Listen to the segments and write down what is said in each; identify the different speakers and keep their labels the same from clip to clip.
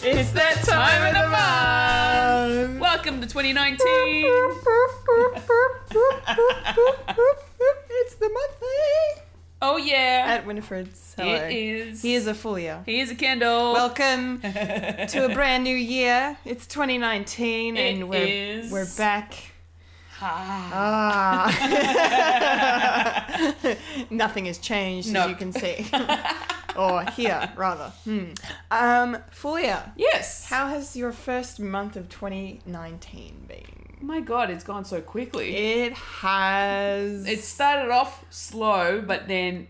Speaker 1: It's that time of the month. Welcome to 2019.
Speaker 2: it's the monthly
Speaker 1: Oh yeah,
Speaker 2: at Winifred's. Hello.
Speaker 1: it is.
Speaker 2: He is a full year.
Speaker 1: He is a candle.
Speaker 2: Welcome
Speaker 1: to
Speaker 2: to a brand new year. It's 2019,
Speaker 1: It
Speaker 2: and we're
Speaker 1: is.
Speaker 2: we're back.
Speaker 1: ah.
Speaker 2: Ah, nothing has changed
Speaker 1: Nope.
Speaker 2: as you can see, or here rather. Hmm. Um, full year.
Speaker 1: Yes.
Speaker 2: How has your first month of 2019 been?
Speaker 1: My God, it's gone so quickly.
Speaker 2: It has.
Speaker 1: It started off slow, but then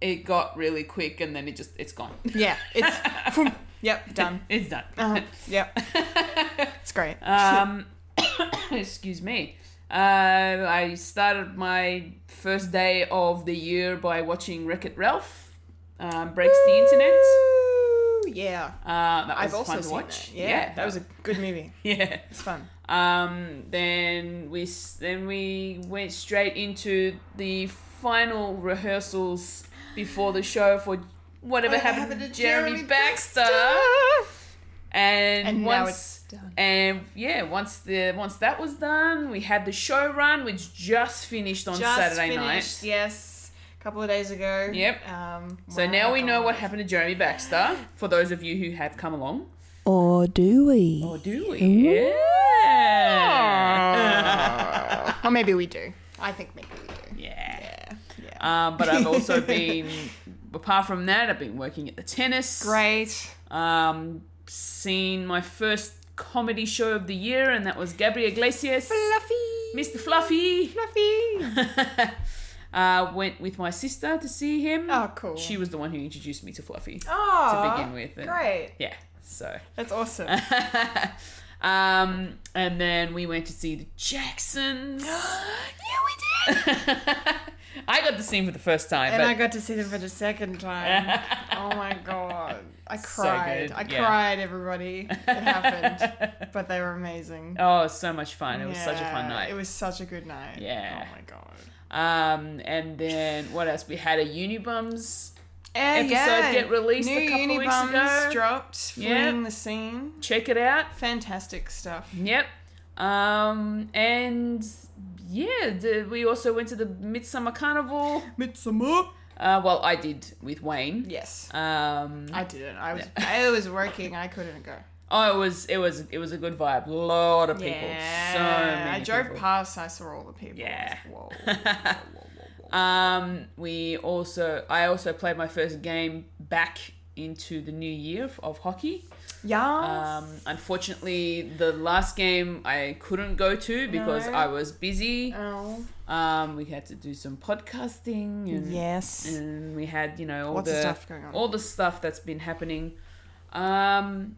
Speaker 1: it got really quick, and then it just it's gone.
Speaker 2: yeah. It's. yep. Done.
Speaker 1: It's done.
Speaker 2: Uh-huh. Yep. It's great.
Speaker 1: Um, excuse me. Uh, I started my first day of the year by watching Wreck It Ralph. Um, breaks the internet.
Speaker 2: Ooh, Yeah.
Speaker 1: Uh, that was
Speaker 2: I've also
Speaker 1: fun to
Speaker 2: seen
Speaker 1: watch.
Speaker 2: that. Yeah, that was a good movie.
Speaker 1: yeah.
Speaker 2: It's fun.
Speaker 1: Um, then we s- then we went straight into the final rehearsals before the show for whatever, happened, to Jeremy, Baxter. And,
Speaker 2: And
Speaker 1: once
Speaker 2: now it's done.
Speaker 1: and yeah, once the once that was done, we had the show run, which just finished on
Speaker 2: Just
Speaker 1: Saturday
Speaker 2: finished,
Speaker 1: night.
Speaker 2: Yes, a couple of days ago.
Speaker 1: Yep.
Speaker 2: Um,
Speaker 1: So
Speaker 2: wow,
Speaker 1: now we know
Speaker 2: God.
Speaker 1: what happened to Jeremy Baxter. For those of you who have come along,
Speaker 3: Or do we?
Speaker 1: or do we? Yeah.
Speaker 2: or maybe we do. I think maybe we do.
Speaker 1: yeah.
Speaker 2: Yeah. Yeah.
Speaker 1: Um, but I've also been, apart from that, I've been working at the tennis.
Speaker 2: great.
Speaker 1: Um, seen my first comedy show of the year, and that was Gabriel Iglesias,
Speaker 2: Fluffy.
Speaker 1: Mr. Fluffy.
Speaker 2: Fluffy.
Speaker 1: uh, went with my sister to see him.
Speaker 2: Oh, cool.
Speaker 1: She was the one who introduced me to Fluffy
Speaker 2: Oh.
Speaker 1: to begin with. and-
Speaker 2: Great.
Speaker 1: Yeah. So.
Speaker 2: That's awesome.
Speaker 1: um, and then we went to see the Jacksons.
Speaker 2: yeah, we did.
Speaker 1: I got to see him for the first time.
Speaker 2: And
Speaker 1: but
Speaker 2: I got to see them for the second time. oh my god, I
Speaker 1: So
Speaker 2: cried.
Speaker 1: good,
Speaker 2: I
Speaker 1: yeah.
Speaker 2: cried. Everybody, it happened, but they were amazing.
Speaker 1: Oh, so much fun. It was such a fun
Speaker 2: Yeah,
Speaker 1: night.
Speaker 2: It was such a good night. Oh
Speaker 1: Yeah.
Speaker 2: my god.
Speaker 1: Um, and then what else? We had a Unibums
Speaker 2: And
Speaker 1: Episode get released a couple of weeks
Speaker 2: Unibums
Speaker 1: ago.
Speaker 2: Dropped.
Speaker 1: Yeah.
Speaker 2: Fleeing the scene.
Speaker 1: check it out.
Speaker 2: Fantastic stuff.
Speaker 1: Yep. Um, and yeah, the, we also went to the Midsummer Carnival.
Speaker 2: Midsummer.
Speaker 1: Uh, well, I did with Wayne.
Speaker 2: Yes.
Speaker 1: Um,
Speaker 2: I didn't. I was. I was working. I couldn't go.
Speaker 1: oh, it was it was it was a good vibe. lot of people,
Speaker 2: Yeah.
Speaker 1: so many.
Speaker 2: I drove
Speaker 1: people.
Speaker 2: past. I saw all the people.
Speaker 1: Yeah.
Speaker 2: I was like, Whoa. whoa, whoa, whoa, whoa.
Speaker 1: Um, we also I also played my first game back into the new year of- of hockey.
Speaker 2: yeah.
Speaker 1: Um, unfortunately, the last game I couldn't go to because
Speaker 2: No.
Speaker 1: I was busy.
Speaker 2: oh.
Speaker 1: Um, we had to do some podcasting and,
Speaker 2: Yes.
Speaker 1: and we had, you know, all
Speaker 2: Lots
Speaker 1: the
Speaker 2: of stuff going on.
Speaker 1: all the stuff that's been happening. Um,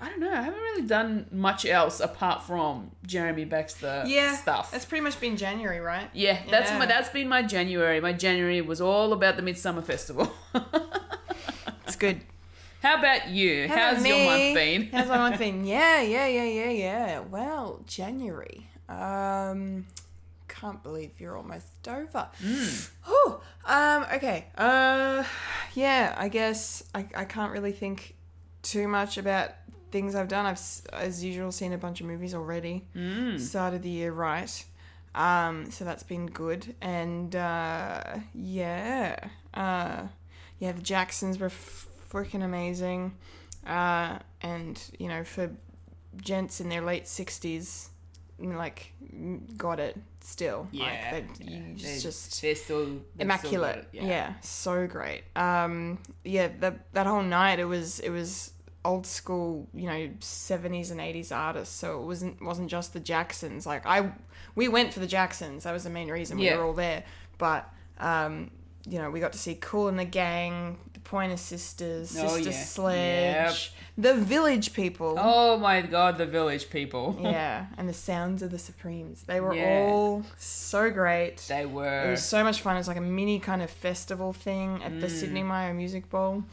Speaker 1: I don't know. I haven't really done much else apart from Jeremy Baxter
Speaker 2: yeah.
Speaker 1: uh, stuff.
Speaker 2: It's pretty much been January, right?
Speaker 1: yeah, that's
Speaker 2: Yeah.
Speaker 1: my that's been my January. My January was all about the Midsummer Festival.
Speaker 2: It's good.
Speaker 1: How about you? How's your month been?
Speaker 2: How's my month been? Yeah, yeah, yeah, yeah, yeah. Well, January. Um, can't believe you're almost over.
Speaker 1: Mm.
Speaker 2: Whew. Um, okay. Uh, yeah. I guess I, I can't really think too much about things I've done. I've s- as usual seen a bunch of movies already.
Speaker 1: Mm.
Speaker 2: Started the year right. Um, so that's been good. And uh, yeah, uh, yeah, the Jacksons were f- freaking amazing. Uh, and you know, for gents in their late sixties, like m- got it still.
Speaker 1: Yeah,
Speaker 2: like, that you
Speaker 1: yeah.
Speaker 2: just-
Speaker 1: They-
Speaker 2: just
Speaker 1: they're still they've still
Speaker 2: immaculate.
Speaker 1: got it,
Speaker 2: yeah. so great. Um, yeah, that that whole night it was it was old school, you know, seventies and eighties artists. So it wasn't wasn't just the Jacksons. Like I, we went for the Jacksons. That was the main reason we
Speaker 1: Yeah.
Speaker 2: were all there. But um, you know, we got to see Cool and the Gang, the Pointer Sisters,
Speaker 1: Oh,
Speaker 2: Sister
Speaker 1: yeah.
Speaker 2: Sledge, the Village People.
Speaker 1: Oh my god, the village people.
Speaker 2: Yeah, and the sounds of the Supremes. They were
Speaker 1: Yeah.
Speaker 2: all so great.
Speaker 1: They were.
Speaker 2: It was so much fun. It was like a mini kind of festival thing at
Speaker 1: Mm.
Speaker 2: the Sydney Meyer Music Bowl,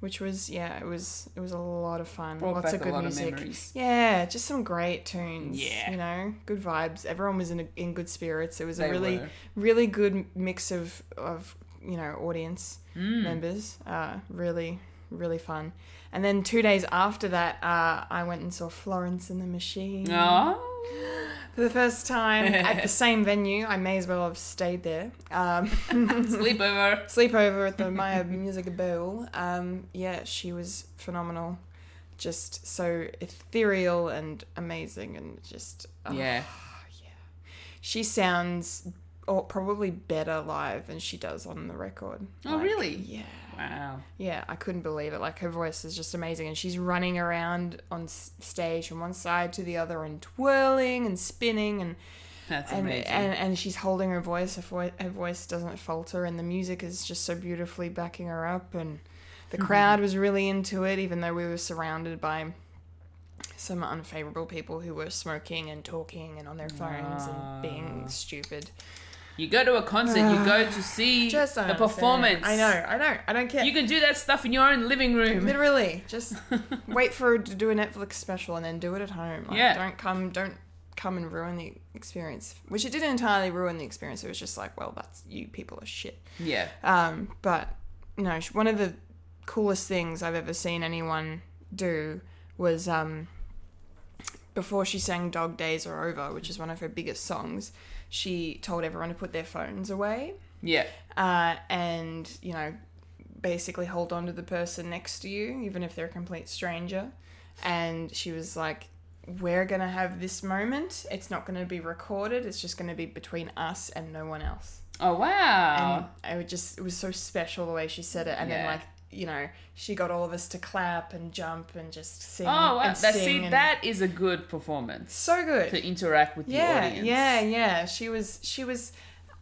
Speaker 2: which was yeah, it was it was a lot of fun.
Speaker 1: Brought
Speaker 2: Lots
Speaker 1: back
Speaker 2: of
Speaker 1: a
Speaker 2: good
Speaker 1: lot of
Speaker 2: music.
Speaker 1: memories.
Speaker 2: Yeah, just some great tunes.
Speaker 1: Yeah.
Speaker 2: you know, good vibes. Everyone was in a, in good spirits. It was
Speaker 1: They
Speaker 2: a really
Speaker 1: were.
Speaker 2: really
Speaker 1: Mm.
Speaker 2: good mix of of you know audience members. Uh, really really fun. And then two days after that, uh, I went and saw Florence and the Machine
Speaker 1: Oh.
Speaker 2: for the first time at the same venue. I may as well have stayed there. Um,
Speaker 1: Sleepover.
Speaker 2: sleepover at the Maya Music Bowl. Um, yeah, she was phenomenal. Just so ethereal and amazing, and just oh,
Speaker 1: Yeah.
Speaker 2: She sounds or probably better live than she does on the record.
Speaker 1: Oh,
Speaker 2: Like,
Speaker 1: really?
Speaker 2: Yeah,
Speaker 1: Wow.
Speaker 2: yeah. I couldn't believe it. Like her voice is just amazing, and she's running around on s- stage from one side to the other and twirling and spinning and
Speaker 1: That's
Speaker 2: and,
Speaker 1: amazing.
Speaker 2: and and she's holding her voice. Her, vo- her voice doesn't falter, and the music is just so beautifully backing her up. And the
Speaker 1: Mm-hmm.
Speaker 2: crowd was really into it, even though we were surrounded by some unfavorable people who were smoking and talking and on their phones and
Speaker 1: Ah.
Speaker 2: being stupid.
Speaker 1: you go to a concert, you go to see
Speaker 2: Just don't
Speaker 1: the
Speaker 2: understand.
Speaker 1: performance.
Speaker 2: I know. I don't. I don't care.
Speaker 1: You can do that stuff in your own living room.
Speaker 2: Literally, just wait for her to do a Netflix special and then do it at home. Like,
Speaker 1: Yeah.
Speaker 2: Don't come. Don't come and ruin the experience. Which it didn't entirely ruin the experience. It was just like, well, that's you people are shit.
Speaker 1: Yeah.
Speaker 2: Um, but no, sh- one of the coolest things I've ever seen anyone do was um, before she sang Dog Days Are Over, which is one of her biggest songs, she told everyone to put their phones away
Speaker 1: Yeah.
Speaker 2: uh, and, you know, basically hold on to the person next to you, even if they're a complete stranger. And she was like, we're going to have this moment. It's not going to be recorded. It's just going to be between us and no one else
Speaker 1: Oh wow.
Speaker 2: and I would just it was so special the way she said it, and then
Speaker 1: Oh. Yeah.
Speaker 2: like you know she got all of us to clap and jump and just sing.
Speaker 1: oh wow.
Speaker 2: and
Speaker 1: That,
Speaker 2: sing
Speaker 1: see,
Speaker 2: and-
Speaker 1: that is a good performance
Speaker 2: so good.
Speaker 1: to interact with
Speaker 2: yeah,
Speaker 1: the audience.
Speaker 2: yeah, yeah. She was she was.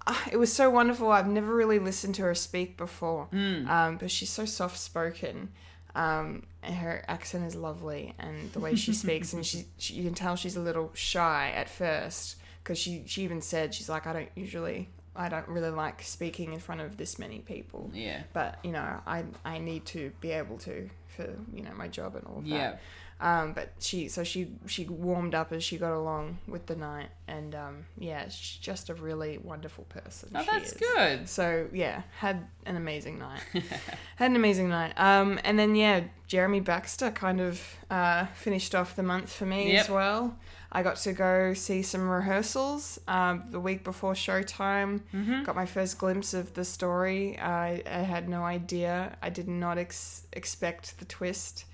Speaker 2: Uh, it was so wonderful. I've never really listened to her speak before,
Speaker 1: Hmm. Mm.
Speaker 2: um, but she's so soft spoken. Um, and her accent is lovely, and the way she speaks, and she, she you can tell she's a little shy at first because she she even said she's like I don't usually I don't really like speaking in front of this many people
Speaker 1: Yeah.
Speaker 2: but you know I I need to be able to for you know my job and all of that.
Speaker 1: Yeah.
Speaker 2: Um, but she so she she warmed up as she got along with the night, and um, yeah, she's just a really wonderful person.
Speaker 1: Oh,
Speaker 2: she
Speaker 1: that's
Speaker 2: is.
Speaker 1: good.
Speaker 2: So yeah, had an amazing night. had an amazing night. Um, and then yeah, Jeremy Baxter kind of uh, finished off the month for me
Speaker 1: Yep.
Speaker 2: as well. I got to go see some rehearsals um, the week before showtime.
Speaker 1: Mm-hmm.
Speaker 2: Got my first glimpse of the story. I, I had no idea. I did not ex- expect the twist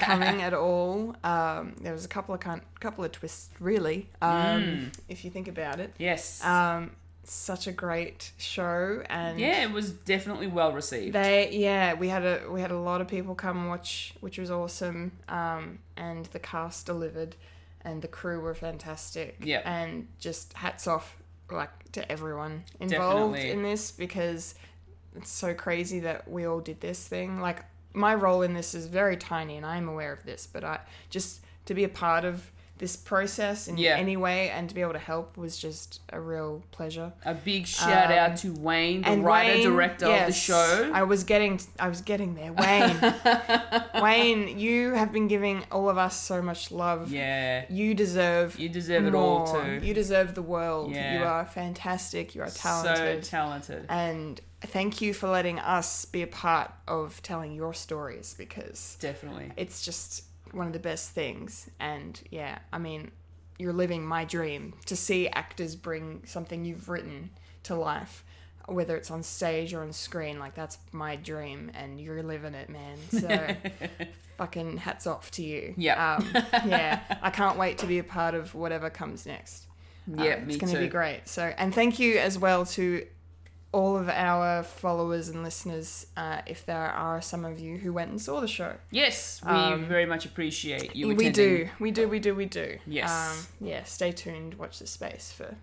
Speaker 2: coming at all. Um, there was a couple of con- couple of twists, really, um,
Speaker 1: Mm.
Speaker 2: if you think about it.
Speaker 1: Yes.
Speaker 2: Um, such a great show, and
Speaker 1: yeah, it was definitely well received.
Speaker 2: they yeah we had a we had a lot of people come watch, which was awesome. Um, and the cast delivered, and the crew were fantastic.
Speaker 1: Yeah.
Speaker 2: and just hats off like to everyone involved
Speaker 1: Definitely.
Speaker 2: in this because it's so crazy that we all did this thing. Like my role in this is very tiny, and I'm aware of this, but I just to be a part of this process in
Speaker 1: Yeah.
Speaker 2: any way and to be able to help was just a real pleasure
Speaker 1: a big shout out to Wayne, the writer
Speaker 2: um, Wayne-
Speaker 1: director of the
Speaker 2: yes,
Speaker 1: show.
Speaker 2: I was getting, I was getting there. Wayne, Wayne, you have been giving all of us so much love.
Speaker 1: yeah.
Speaker 2: You deserve.
Speaker 1: You deserve it all
Speaker 2: more.
Speaker 1: too.
Speaker 2: You deserve the world.
Speaker 1: Yeah.
Speaker 2: You are fantastic. You are talented.
Speaker 1: So talented.
Speaker 2: and thank you for letting us be a part of telling your stories because
Speaker 1: Definitely.
Speaker 2: it's just one of the best things. And yeah, I mean, you're living my dream to see actors bring something you've written to life, whether it's on stage or on screen. Like, that's my dream, and you're living it, man. So, fucking hats off to you.
Speaker 1: Yeah.
Speaker 2: Um, yeah. I can't wait to be a part of whatever comes next. Um,
Speaker 1: Yeah, me
Speaker 2: It's gonna
Speaker 1: too.
Speaker 2: be great. So, and thank you as well to all of our followers and listeners, uh, if there are some of you who went and saw the show.
Speaker 1: Yes, we very much appreciate you.
Speaker 2: Um, We
Speaker 1: attending.
Speaker 2: do, we do, we do, we do.
Speaker 1: Yes.
Speaker 2: Um, yeah. Stay tuned. Watch this space for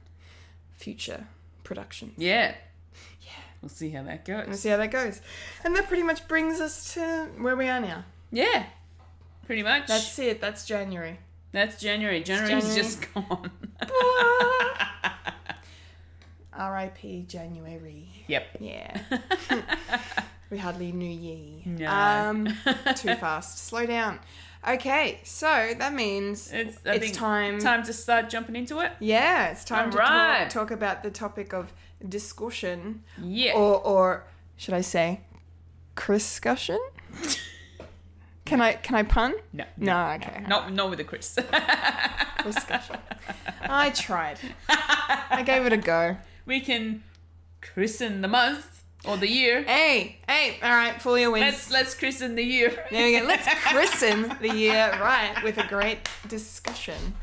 Speaker 2: future productions.
Speaker 1: Yeah. We'll see how that
Speaker 2: And
Speaker 1: goes.
Speaker 2: see how that goes. And that pretty much brings us to where we are now.
Speaker 1: Yeah. Pretty much.
Speaker 2: That's it. That's January.
Speaker 1: That's January. January's
Speaker 2: January.
Speaker 1: just gone.
Speaker 2: R.I.P. January.
Speaker 1: yep.
Speaker 2: Yeah. we hardly knew ye.
Speaker 1: No.
Speaker 2: Um, too fast. Slow down. Okay, so that means
Speaker 1: It's,
Speaker 2: it's,
Speaker 1: Uh, I think
Speaker 2: time.
Speaker 1: Time to start jumping into it.
Speaker 2: Yeah, it's time to
Speaker 1: Alright.
Speaker 2: talk, talk about the topic of discussion,
Speaker 1: Yeah.
Speaker 2: or or should I say, discussion? Can I can I pun?
Speaker 1: No.
Speaker 2: No, okay.
Speaker 1: Not, not with a Chris.
Speaker 2: We'll scuffle. I tried. I gave it a go.
Speaker 1: we can christen the month or the year.
Speaker 2: Hey, hey, all right, Fulia wins.
Speaker 1: Let's let's christen the year.
Speaker 2: there we go. Let's christen the year right with a great discussion.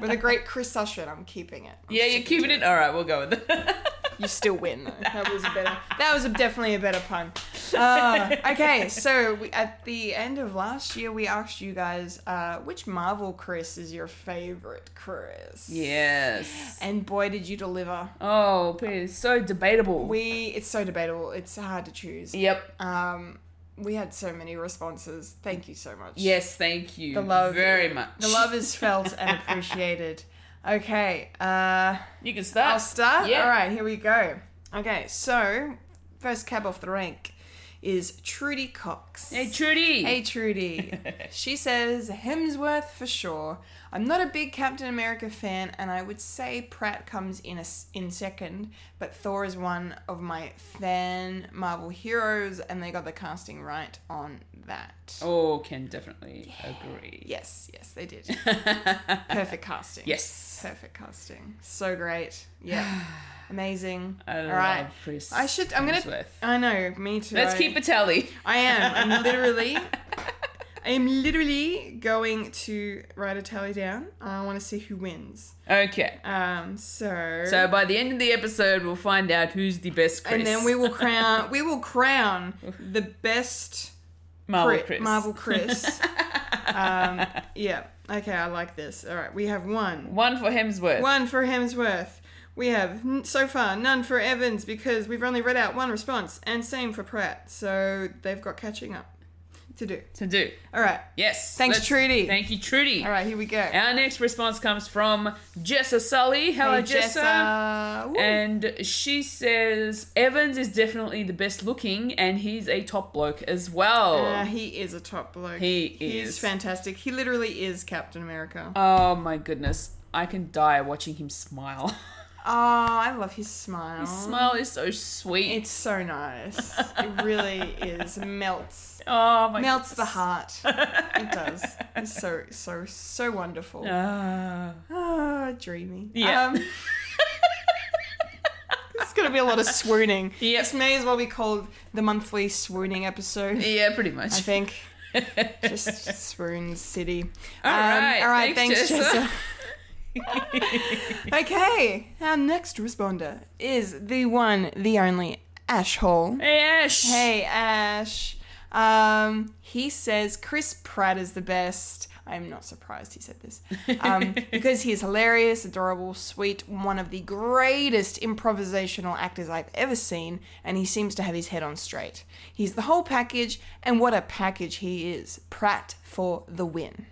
Speaker 2: With a great chrisussion, I'm keeping it.
Speaker 1: Yeah, you're keeping it. All right, we'll go with it.
Speaker 2: You still win though. That was a better. That was a, definitely a better pun. Uh, okay, so we, at the end of last year, we asked you guys uh, which Marvel Chris is your favorite Chris.
Speaker 1: yes.
Speaker 2: And boy, did you deliver.
Speaker 1: Oh, Peter, it's so debatable.
Speaker 2: We it's so debatable. It's hard to choose.
Speaker 1: yep.
Speaker 2: Um, we had so many responses. Thank you so much.
Speaker 1: Yes, thank you.
Speaker 2: The love-
Speaker 1: very much.
Speaker 2: The love is felt and appreciated. Okay, uh,
Speaker 1: You can start.
Speaker 2: I'll start.
Speaker 1: Ah, Yeah.
Speaker 2: All right, here we go. Okay, so first cab off the rank is Trudy Cox.
Speaker 1: Hey, Trudy.
Speaker 2: Hey Trudy. she says Hemsworth for sure. I'm not a big Captain America fan, and I would say Pratt comes in a s in second, but Thor is one of my fan Marvel heroes, and they got the casting right on that.
Speaker 1: Oh, can definitely agree.
Speaker 2: Yes, yes, they did. Perfect casting.
Speaker 1: Yes.
Speaker 2: Perfect casting. So great. Yeah. Amazing.
Speaker 1: I
Speaker 2: All
Speaker 1: love
Speaker 2: right.
Speaker 1: Chris.
Speaker 2: I should. I'm gonna.
Speaker 1: Hemsworth.
Speaker 2: I know. Me too.
Speaker 1: Let's
Speaker 2: I-
Speaker 1: keep a tally.
Speaker 2: I am. I'm literally. I am literally going to write a tally down. I want to see who wins.
Speaker 1: Okay.
Speaker 2: Um. So.
Speaker 1: So by the end of the episode, we'll find out who's the best Chris.
Speaker 2: And then we will crown. We will crown the best
Speaker 1: Marvel
Speaker 2: Cri-
Speaker 1: Chris.
Speaker 2: Marvel Chris. um, yeah. Okay. I like this. All right. We have one.
Speaker 1: One for Hemsworth.
Speaker 2: One for Hemsworth. We have n- so far none for Evans because we've only read out one response, and same for Pratt. So they've got catching up to do.
Speaker 1: To do.
Speaker 2: All right.
Speaker 1: Yes.
Speaker 2: Thanks,
Speaker 1: Let's-
Speaker 2: Trudy.
Speaker 1: Thank you, Trudy.
Speaker 2: All right. Here we go.
Speaker 1: Our next response comes from Jessa Sully. Hello,
Speaker 2: Hey,
Speaker 1: Jessa.
Speaker 2: Jessa. Woo.
Speaker 1: And she says Evans is definitely the best looking, and he's a top bloke as well.
Speaker 2: Uh, he is a top bloke.
Speaker 1: He
Speaker 2: He's
Speaker 1: is.
Speaker 2: fantastic. He literally is Captain America. Oh,
Speaker 1: oh my goodness, I can die watching him smile.
Speaker 2: Oh, I love his smile.
Speaker 1: His smile is so sweet.
Speaker 2: It's so nice. it really is. Melts.
Speaker 1: oh my
Speaker 2: Melts the heart. It does. It's so, so, so wonderful.
Speaker 1: Ah.
Speaker 2: Ah, dreamy.
Speaker 1: Yeah.
Speaker 2: Um, it's gonna be a lot of swooning.
Speaker 1: Yep.
Speaker 2: This may as well be called the monthly swooning episode.
Speaker 1: yeah, pretty
Speaker 2: I
Speaker 1: much.
Speaker 2: think just swoon city. Um,
Speaker 1: All right, thanks, Jessa.
Speaker 2: Jessa. okay, our next responder is the one, the only Ash Hall.
Speaker 1: hey Ash.
Speaker 2: Hey Ash. Um, he says Chris Pratt is the best. I'm not surprised he said this um, because he is hilarious, adorable, sweet, one of the greatest improvisational actors I've ever seen, and he seems to have his head on straight. He's the whole package, and what a package he is! Pratt for the win.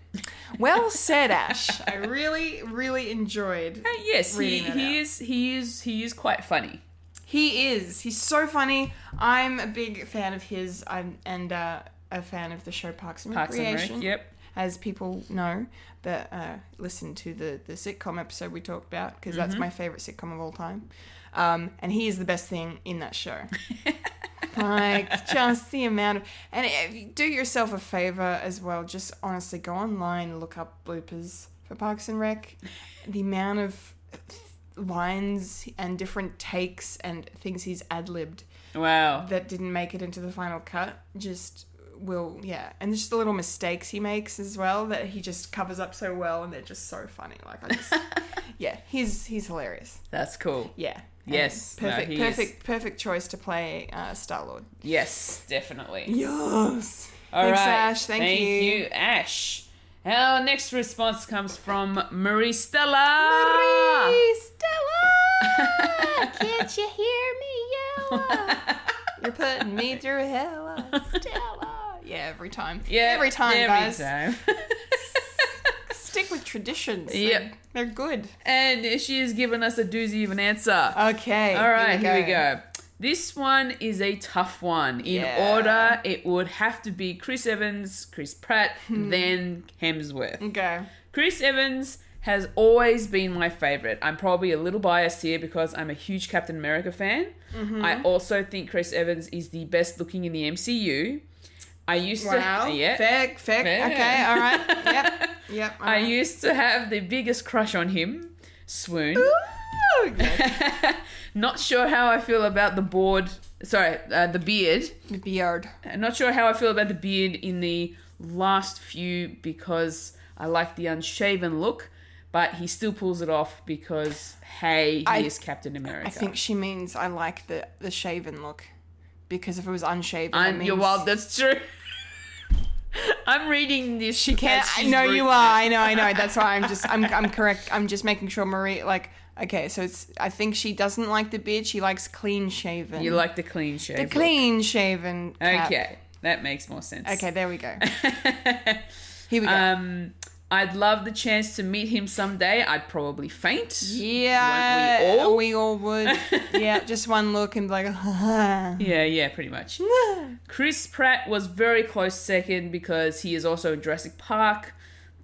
Speaker 2: Well said, Ash. I really, really enjoyed.
Speaker 1: Uh, Yes, he,
Speaker 2: reading that
Speaker 1: he
Speaker 2: out.
Speaker 1: is he is he is quite funny.
Speaker 2: He is. He's so funny. I'm a big fan of his. I'm and uh, a fan of the show Parks and
Speaker 1: Parks and Rec,
Speaker 2: Recreation.
Speaker 1: yep.
Speaker 2: As people know that uh, listen to the the sitcom episode we talked about because that's my favorite sitcom of all time. Um, and he is the best thing in that show. like just the amount of and if you do yourself a favor as well just honestly go online and look up bloopers for parks and rec the amount of lines and different takes and things he's ad-libbed
Speaker 1: Wow.
Speaker 2: that didn't make it into the final cut just will yeah and just the little mistakes he makes as well that he just covers up so well and they're just so funny like i just yeah he's he's hilarious
Speaker 1: That's cool.
Speaker 2: yeah And
Speaker 1: Yes, no,
Speaker 2: perfect
Speaker 1: he is-
Speaker 2: perfect perfect choice to play uh, star lord
Speaker 1: Yes, definitely.
Speaker 2: Yes.
Speaker 1: All
Speaker 2: Thanks,
Speaker 1: right.
Speaker 2: Ash. Thank, you.
Speaker 1: Ash. Our next response comes from Marie Stella.
Speaker 2: Stella, can't you hear me yell? You're putting me through hell, Stella. Yeah, every time.
Speaker 1: Yeah,
Speaker 2: every time,
Speaker 1: every
Speaker 2: guys.
Speaker 1: time.
Speaker 2: Stick with traditions. They're-
Speaker 1: Yep.
Speaker 2: they're good.
Speaker 1: and she has given us a doozy of an answer.
Speaker 2: Okay.
Speaker 1: All right, here we go. This one is a tough one. In
Speaker 2: Yeah.
Speaker 1: order, it would have to be Chris Evans, Chris Pratt,
Speaker 2: Hmm.
Speaker 1: then Hemsworth.
Speaker 2: Okay.
Speaker 1: Chris Evans has always been my favorite. I'm probably a little biased here because I'm a huge Captain
Speaker 2: Mm-hmm.
Speaker 1: America fan. I also think Chris Evans is the best looking in the MCU. I used
Speaker 2: Wow.
Speaker 1: to yeah.
Speaker 2: Fair, fair.
Speaker 1: Fair.
Speaker 2: Okay, all right. Yep, yep. all
Speaker 1: I
Speaker 2: right.
Speaker 1: used to have the biggest crush on him. Swoon.
Speaker 2: Ooh, yes.
Speaker 1: Not sure how I feel about the board. Sorry, uh, the beard.
Speaker 2: Beard.
Speaker 1: I'm not sure how I feel about the beard in the last few because I like the unshaven look, but he still pulls it off because hey, he
Speaker 2: I-
Speaker 1: is Captain America.
Speaker 2: I think she means I like the the shaven look, because if it was unshaven,
Speaker 1: I'm,
Speaker 2: that means
Speaker 1: you're wild. That's true. I'm reading this.
Speaker 2: She can't.
Speaker 1: as
Speaker 2: I
Speaker 1: she's
Speaker 2: know you
Speaker 1: reading
Speaker 2: are. I
Speaker 1: it.
Speaker 2: know. I know. That's why I'm just. I'm. I'm correct. I'm just making sure Marie. Like. Okay. So it's. I think she doesn't like the beard. She likes clean shaven.
Speaker 1: You like the clean shave.
Speaker 2: the
Speaker 1: look.
Speaker 2: clean shaven. cap.
Speaker 1: Okay, that makes more sense.
Speaker 2: Okay. There we go. Here we go.
Speaker 1: Um, I'd love the chance to meet him someday. I'd probably faint.
Speaker 2: yeah.
Speaker 1: won't we
Speaker 2: We all
Speaker 1: all?
Speaker 2: would. yeah. Just one look and be like.
Speaker 1: Yeah, yeah, pretty much. Chris Pratt was very close second because he is also in Jurassic Park.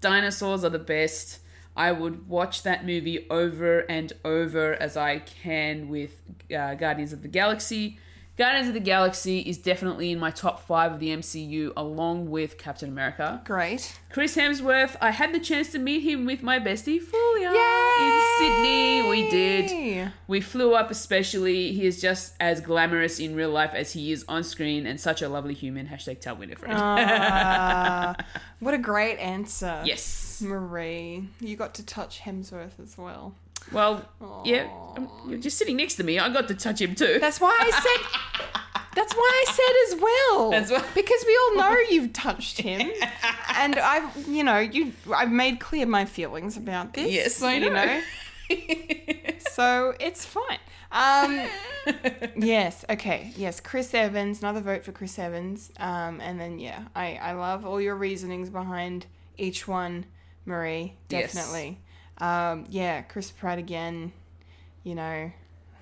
Speaker 1: Dinosaurs are the best. I would watch that movie over and over as I can with uh, Guardians of the Galaxy. Guardians of the Galaxy is definitely in my top five of the MCU along with Captain America.
Speaker 2: Great.
Speaker 1: Chris Hemsworth, I had the chance to meet him with my bestie Fulia in
Speaker 2: Yay!
Speaker 1: Sydney. We did.
Speaker 2: Yay.
Speaker 1: We flew up, especially. He is just as glamorous in real life as he is on screen and such a lovely human. Hashtag tell Winifred.
Speaker 2: Ah, what a great answer.
Speaker 1: yes.
Speaker 2: Marie, you got to touch Hemsworth as well.
Speaker 1: Well, yeah. um, You're just sitting next to me. I got to touch him too.
Speaker 2: That's why I said. That's why I said as well.
Speaker 1: That's why-
Speaker 2: because we all know you've touched him, and I've, you know, you, I've made clear my feelings about this.
Speaker 1: Yes, I
Speaker 2: you
Speaker 1: know.
Speaker 2: so it's fine. Um, yes, okay, yes. Chris Evans, another vote for Chris Evans. Um, and then yeah, I, I love all your reasonings behind each one, Marie.
Speaker 1: Yes.
Speaker 2: Definitely. Um, yeah, Chris Pratt again. You know,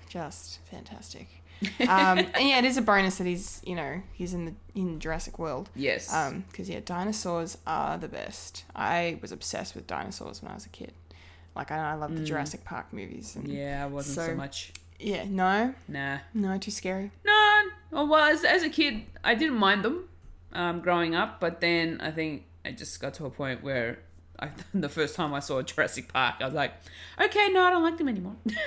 Speaker 2: just fantastic. um, and yeah, it is a bonus that he's you know he's in the in Jurassic World.
Speaker 1: yes.
Speaker 2: Um, because yeah, dinosaurs are the best. I was obsessed with dinosaurs when I was a kid. Like I, I love the Jurassic Park movies. And,
Speaker 1: Mm. yeah, I wasn't so,
Speaker 2: so-
Speaker 1: much.
Speaker 2: Yeah. No.
Speaker 1: Nah.
Speaker 2: No. Too scary.
Speaker 1: No. Well, well, as, as a kid, I didn't mind them um, growing up, but then I think I just got to a point where I, the first time I saw Jurassic Park, I was like, okay, no, I don't like them anymore.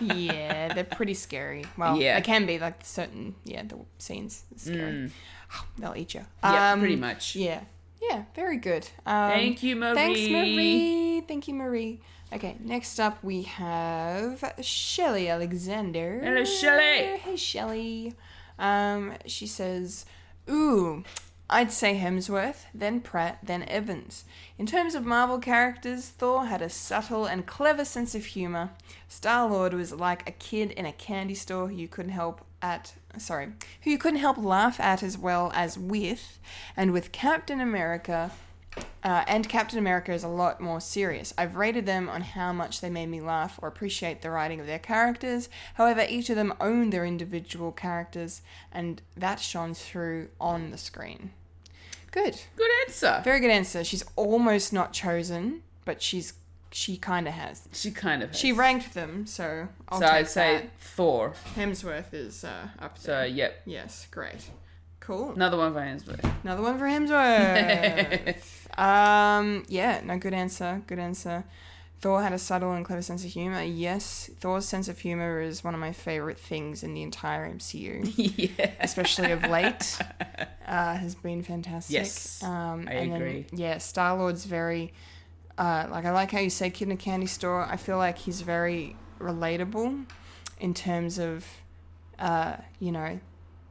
Speaker 2: yeah, they're pretty scary. Well,
Speaker 1: Yeah. Mm.
Speaker 2: they can be like certain. Yeah, the scenes are scary. They'll eat you.
Speaker 1: yeah,
Speaker 2: Um,
Speaker 1: pretty much.
Speaker 2: Yeah. Yeah. Very good. Um,
Speaker 1: Thank you, Marie.
Speaker 2: Thanks, Marie. Thank you, Marie. Okay, next up we have Shelly Alexander.
Speaker 1: Hello, Shelley.
Speaker 2: Hey, Shelly. Um, she says, Ooh, I'd say Hemsworth, then Pratt, then Evans. In terms of Marvel characters, Thor had a subtle and clever sense of humor. Star Lord was like a kid in a candy store who you couldn't help at sorry, who you couldn't help laugh at as well as with, and with Captain America uh, and Captain America is a lot more serious. I've rated them on how much they made me laugh or appreciate the writing of their characters. However, each of them owned their individual characters, and that shone through on the screen. Good,
Speaker 1: Good answer.
Speaker 2: very good answer. She's almost not chosen, but she's she kind of has.
Speaker 1: She kind of.
Speaker 2: She
Speaker 1: has.
Speaker 2: ranked them, so I'll
Speaker 1: so
Speaker 2: take
Speaker 1: I'd say Thor.
Speaker 2: that. Hemsworth is uh, up there.
Speaker 1: So yep,
Speaker 2: Yes, great, cool.
Speaker 1: another one for Hemsworth.
Speaker 2: Another one for Hemsworth. um, yeah, no, good answer. Good answer. Thor had a subtle and clever sense of humor. Yes, Thor's sense of humor is one of my favorite things in the entire MCU,
Speaker 1: yeah.
Speaker 2: especially of late. Uh, has been fantastic.
Speaker 1: Yes,
Speaker 2: um,
Speaker 1: I
Speaker 2: and
Speaker 1: agree.
Speaker 2: Then, yeah, Star Lord's very. Uh, like I like how you say kid in a candy store. I feel like he's very relatable, in terms of, uh, you know,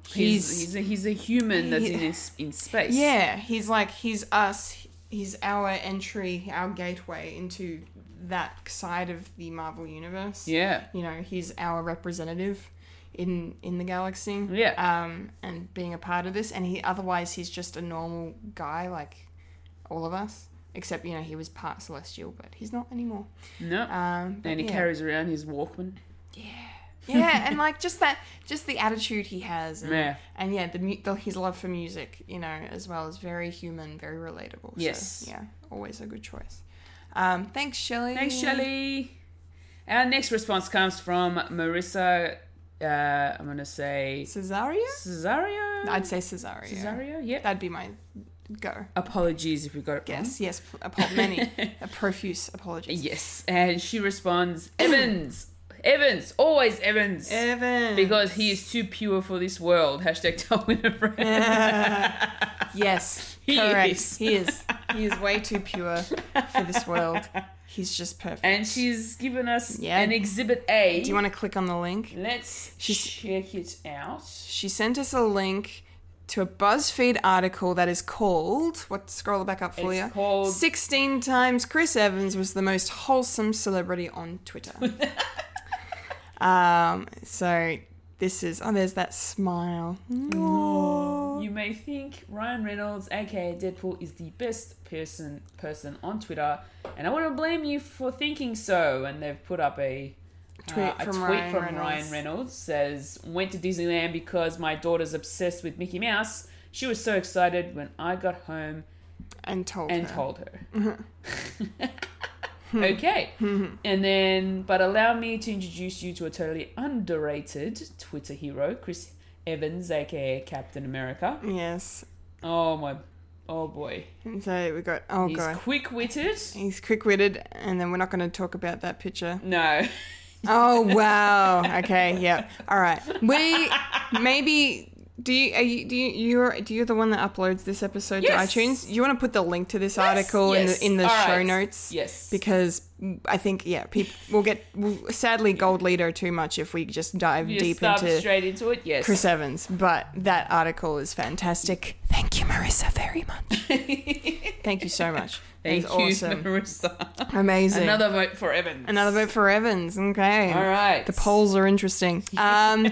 Speaker 1: He's he's a, he's a human that's
Speaker 2: he-
Speaker 1: in his, in space.
Speaker 2: yeah, he's like he's us. He's our entry, our gateway into that side of the Marvel universe.
Speaker 1: Yeah.
Speaker 2: You know, he's our representative in in the galaxy.
Speaker 1: Yeah.
Speaker 2: Um, and being a part of this, and he otherwise he's just a normal guy like all of us, except you know he was part celestial, but he's not anymore.
Speaker 1: No.
Speaker 2: Um, but
Speaker 1: and he
Speaker 2: yeah.
Speaker 1: carries around his Walkman.
Speaker 2: yeah, and like just that, just the attitude he has, and
Speaker 1: Yeah.
Speaker 2: and yeah, the, mu- the his love for music, you know, as well is very human, very relatable.
Speaker 1: Yes.
Speaker 2: So, yeah, always a good choice. Um, thanks, Shelley.
Speaker 1: Thanks, Shelley. Our next response comes from Marissa. Uh, I'm gonna say
Speaker 2: Cesario.
Speaker 1: Cesario. Cesaro.
Speaker 2: I'd say Cesario.
Speaker 1: Cesario. Yep.
Speaker 2: That'd be my go.
Speaker 1: Apologies if we got it wrong.
Speaker 2: Yes, yes, p- apo- many, a profuse apologies.
Speaker 1: Uh-huh. Yes, and she responds, Evans, Evans, always Evans,
Speaker 2: Evan,
Speaker 1: because he is too pure for this world. Hashtag tell Winifred.
Speaker 2: yes,
Speaker 1: He
Speaker 2: correct.
Speaker 1: is.
Speaker 2: He is. He is way too pure for this world. He's just perfect.
Speaker 1: and she's given us
Speaker 2: Yeah.
Speaker 1: an exhibit A.
Speaker 2: Do you want to click on the link?
Speaker 1: Let's
Speaker 2: She's-
Speaker 1: check it out.
Speaker 2: She sent us a link to a BuzzFeed article that is called. What? Scroll it back up for
Speaker 1: It's
Speaker 2: you.
Speaker 1: called-
Speaker 2: Sixteen times Chris Evans was the most wholesome celebrity on Twitter. um. So this is. Oh, there's that smile.
Speaker 1: Mm. You may think Ryan Reynolds, aka Deadpool, is the best person person on Twitter, and I want to blame you for thinking so. And they've put up a
Speaker 2: Tweet
Speaker 1: uh, a
Speaker 2: from
Speaker 1: tweet
Speaker 2: Ryan
Speaker 1: from
Speaker 2: Reynolds.
Speaker 1: Ryan Reynolds says, "Went to Disneyland because my daughter's obsessed with Mickey Mouse. She was so excited when I got home
Speaker 2: and told
Speaker 1: and
Speaker 2: her.
Speaker 1: told her."
Speaker 2: Mm-hmm.
Speaker 1: okay, and then but allow me to introduce you to a totally underrated Twitter hero, Chris Evans, aka Captain America.
Speaker 2: Yes.
Speaker 1: Oh my, oh boy.
Speaker 2: And so we got oh
Speaker 1: He's
Speaker 2: god.
Speaker 1: quick witted.
Speaker 2: He's quick witted and then we're not gonna talk about that picture.
Speaker 1: No.
Speaker 2: Oh wow. Okay, yeah. Alright. We maybe do you, are you do you you're do you the one that uploads this episode
Speaker 1: Yes.
Speaker 2: to iTunes? You wanna put the link to this article
Speaker 1: yes.
Speaker 2: in the in the
Speaker 1: All
Speaker 2: show
Speaker 1: right.
Speaker 2: notes?
Speaker 1: Yes.
Speaker 2: Because I think yeah, people will get we'll, sadly gold leader too much if we just dive
Speaker 1: You
Speaker 2: deep
Speaker 1: start
Speaker 2: into
Speaker 1: straight into it. Yes.
Speaker 2: Chris Evans, but that article is fantastic. Thank you, Marissa, very much. Thank you so much.
Speaker 1: Thank
Speaker 2: That's
Speaker 1: you,
Speaker 2: awesome.
Speaker 1: Marissa.
Speaker 2: Amazing. Another,
Speaker 1: Another vote for Evans.
Speaker 2: vote for Evans. Okay.
Speaker 1: All right.
Speaker 2: The polls are interesting. Um,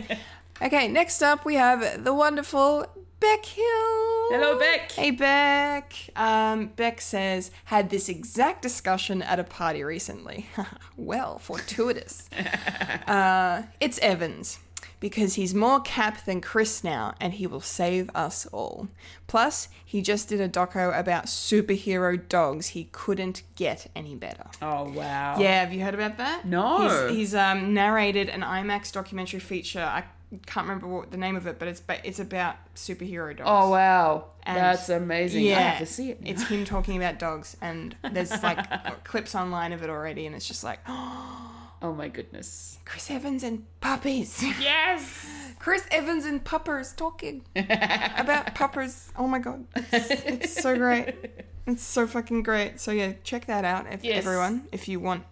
Speaker 2: okay, next up we have the wonderful Beck Hill.
Speaker 1: Hello, Beck.
Speaker 2: Hey, Beck. Um, Beck says, had this exact discussion at a party recently. well, fortuitous. uh, it's Evans. Because he's more cap than Chris now, and he will save us all. Plus, he just did a doco about superhero dogs. He couldn't get any better.
Speaker 1: Oh wow.
Speaker 2: Yeah, have you heard about that?
Speaker 1: No.
Speaker 2: He's, he's um, narrated an IMAX documentary feature. I can't remember what the name of it, but it's ba- it's about superhero dogs.
Speaker 1: Oh wow.
Speaker 2: And-
Speaker 1: That's amazing. I have to see it. now.
Speaker 2: It's him talking about dogs, and there's like clips online of it already, and it's just like
Speaker 1: Oh my goodness.
Speaker 2: Chris Evans and puppies.
Speaker 1: Yes.
Speaker 2: Chris Evans and puppers talking about puppers. Oh my god, it's, it's so great. It's so fucking great. So yeah, check that out, if
Speaker 1: Yes.
Speaker 2: everyone, if you want.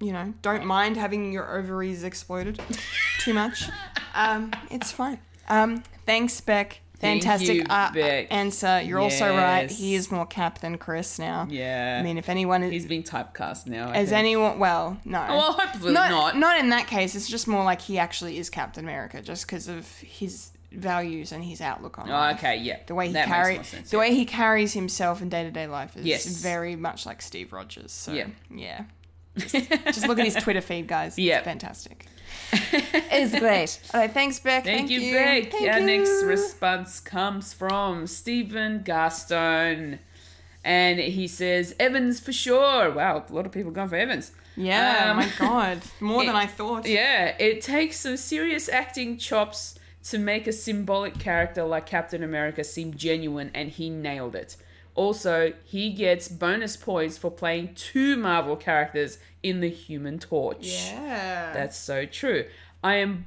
Speaker 2: You know, don't mind having your ovaries exploded too much. Um, it's fine. Um, thanks, Beck.
Speaker 1: Thank
Speaker 2: Fantastic
Speaker 1: you,
Speaker 2: uh,
Speaker 1: Beck.
Speaker 2: answer. You're also right.
Speaker 1: Yes.
Speaker 2: He is more cap than Chris now.
Speaker 1: Yeah.
Speaker 2: I mean, if anyone is,
Speaker 1: he's Oh, being typecast now. I
Speaker 2: as
Speaker 1: think.
Speaker 2: anyone, well, no.
Speaker 1: Well, hopefully
Speaker 2: not,
Speaker 1: not.
Speaker 2: in that case. It's just more like he actually is Captain America, just because of his values and his outlook on
Speaker 1: Oh,
Speaker 2: life.
Speaker 1: okay. Yeah.
Speaker 2: The way he
Speaker 1: that
Speaker 2: carry,
Speaker 1: Makes more sense,
Speaker 2: the
Speaker 1: yeah.
Speaker 2: way he carries himself in day to day life is
Speaker 1: Yes.
Speaker 2: very much like Steve Rogers. So
Speaker 1: Yeah.
Speaker 2: yeah, Just, just look at his Twitter feed, guys.
Speaker 1: Yeah.
Speaker 2: it's fantastic. it's great. All right, thanks, Beck.
Speaker 1: Thank, you, Beck. Our next response comes from Stephen Garstone. And he says, Evans for sure. Wow, a lot of people going for Evans.
Speaker 2: Yeah,
Speaker 1: Um,
Speaker 2: my God, more than I thought.
Speaker 1: Yeah, it takes some serious acting chops to make a symbolic character like Captain America seem genuine, and he nailed it. Also, he gets bonus points for playing two Marvel characters in The Human Torch.
Speaker 2: Yeah.
Speaker 1: That's so true. I am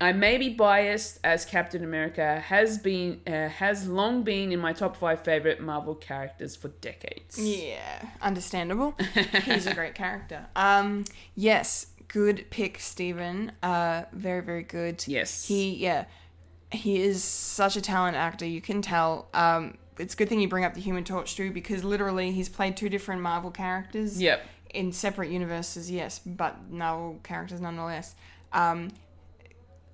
Speaker 1: I may be biased as Captain America has been uh, has long been in my top 5 favorite Marvel characters for decades.
Speaker 2: Yeah, understandable. He's a great character. Um, yes, good pick, Stephen. Uh, very, very good.
Speaker 1: Yes.
Speaker 2: He, yeah, he is such a talent actor. You can tell. Um, it's a good thing you bring up the Human Torch too, because literally he's played two different Marvel characters.
Speaker 1: Yep.
Speaker 2: In separate universes, yes, but Marvel characters nonetheless. Um,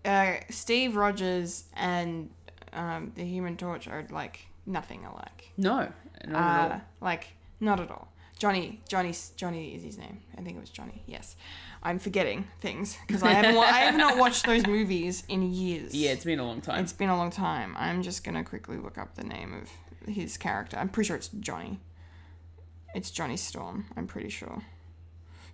Speaker 2: uh, Steve Rogers and um, the Human Torch are like nothing alike.
Speaker 1: No. Not at
Speaker 2: Uh,
Speaker 1: all.
Speaker 2: like not at all. Johnny, Johnny, Johnny is his name. I think it was Johnny. Yes, I'm forgetting things because I haven't, wa- I have not watched those movies in years.
Speaker 1: Yeah, it's been a long time.
Speaker 2: it's been a long time. I'm just gonna quickly look up the name of his character. I'm pretty sure it's Johnny. It's Johnny Storm. Ah, I'm pretty sure.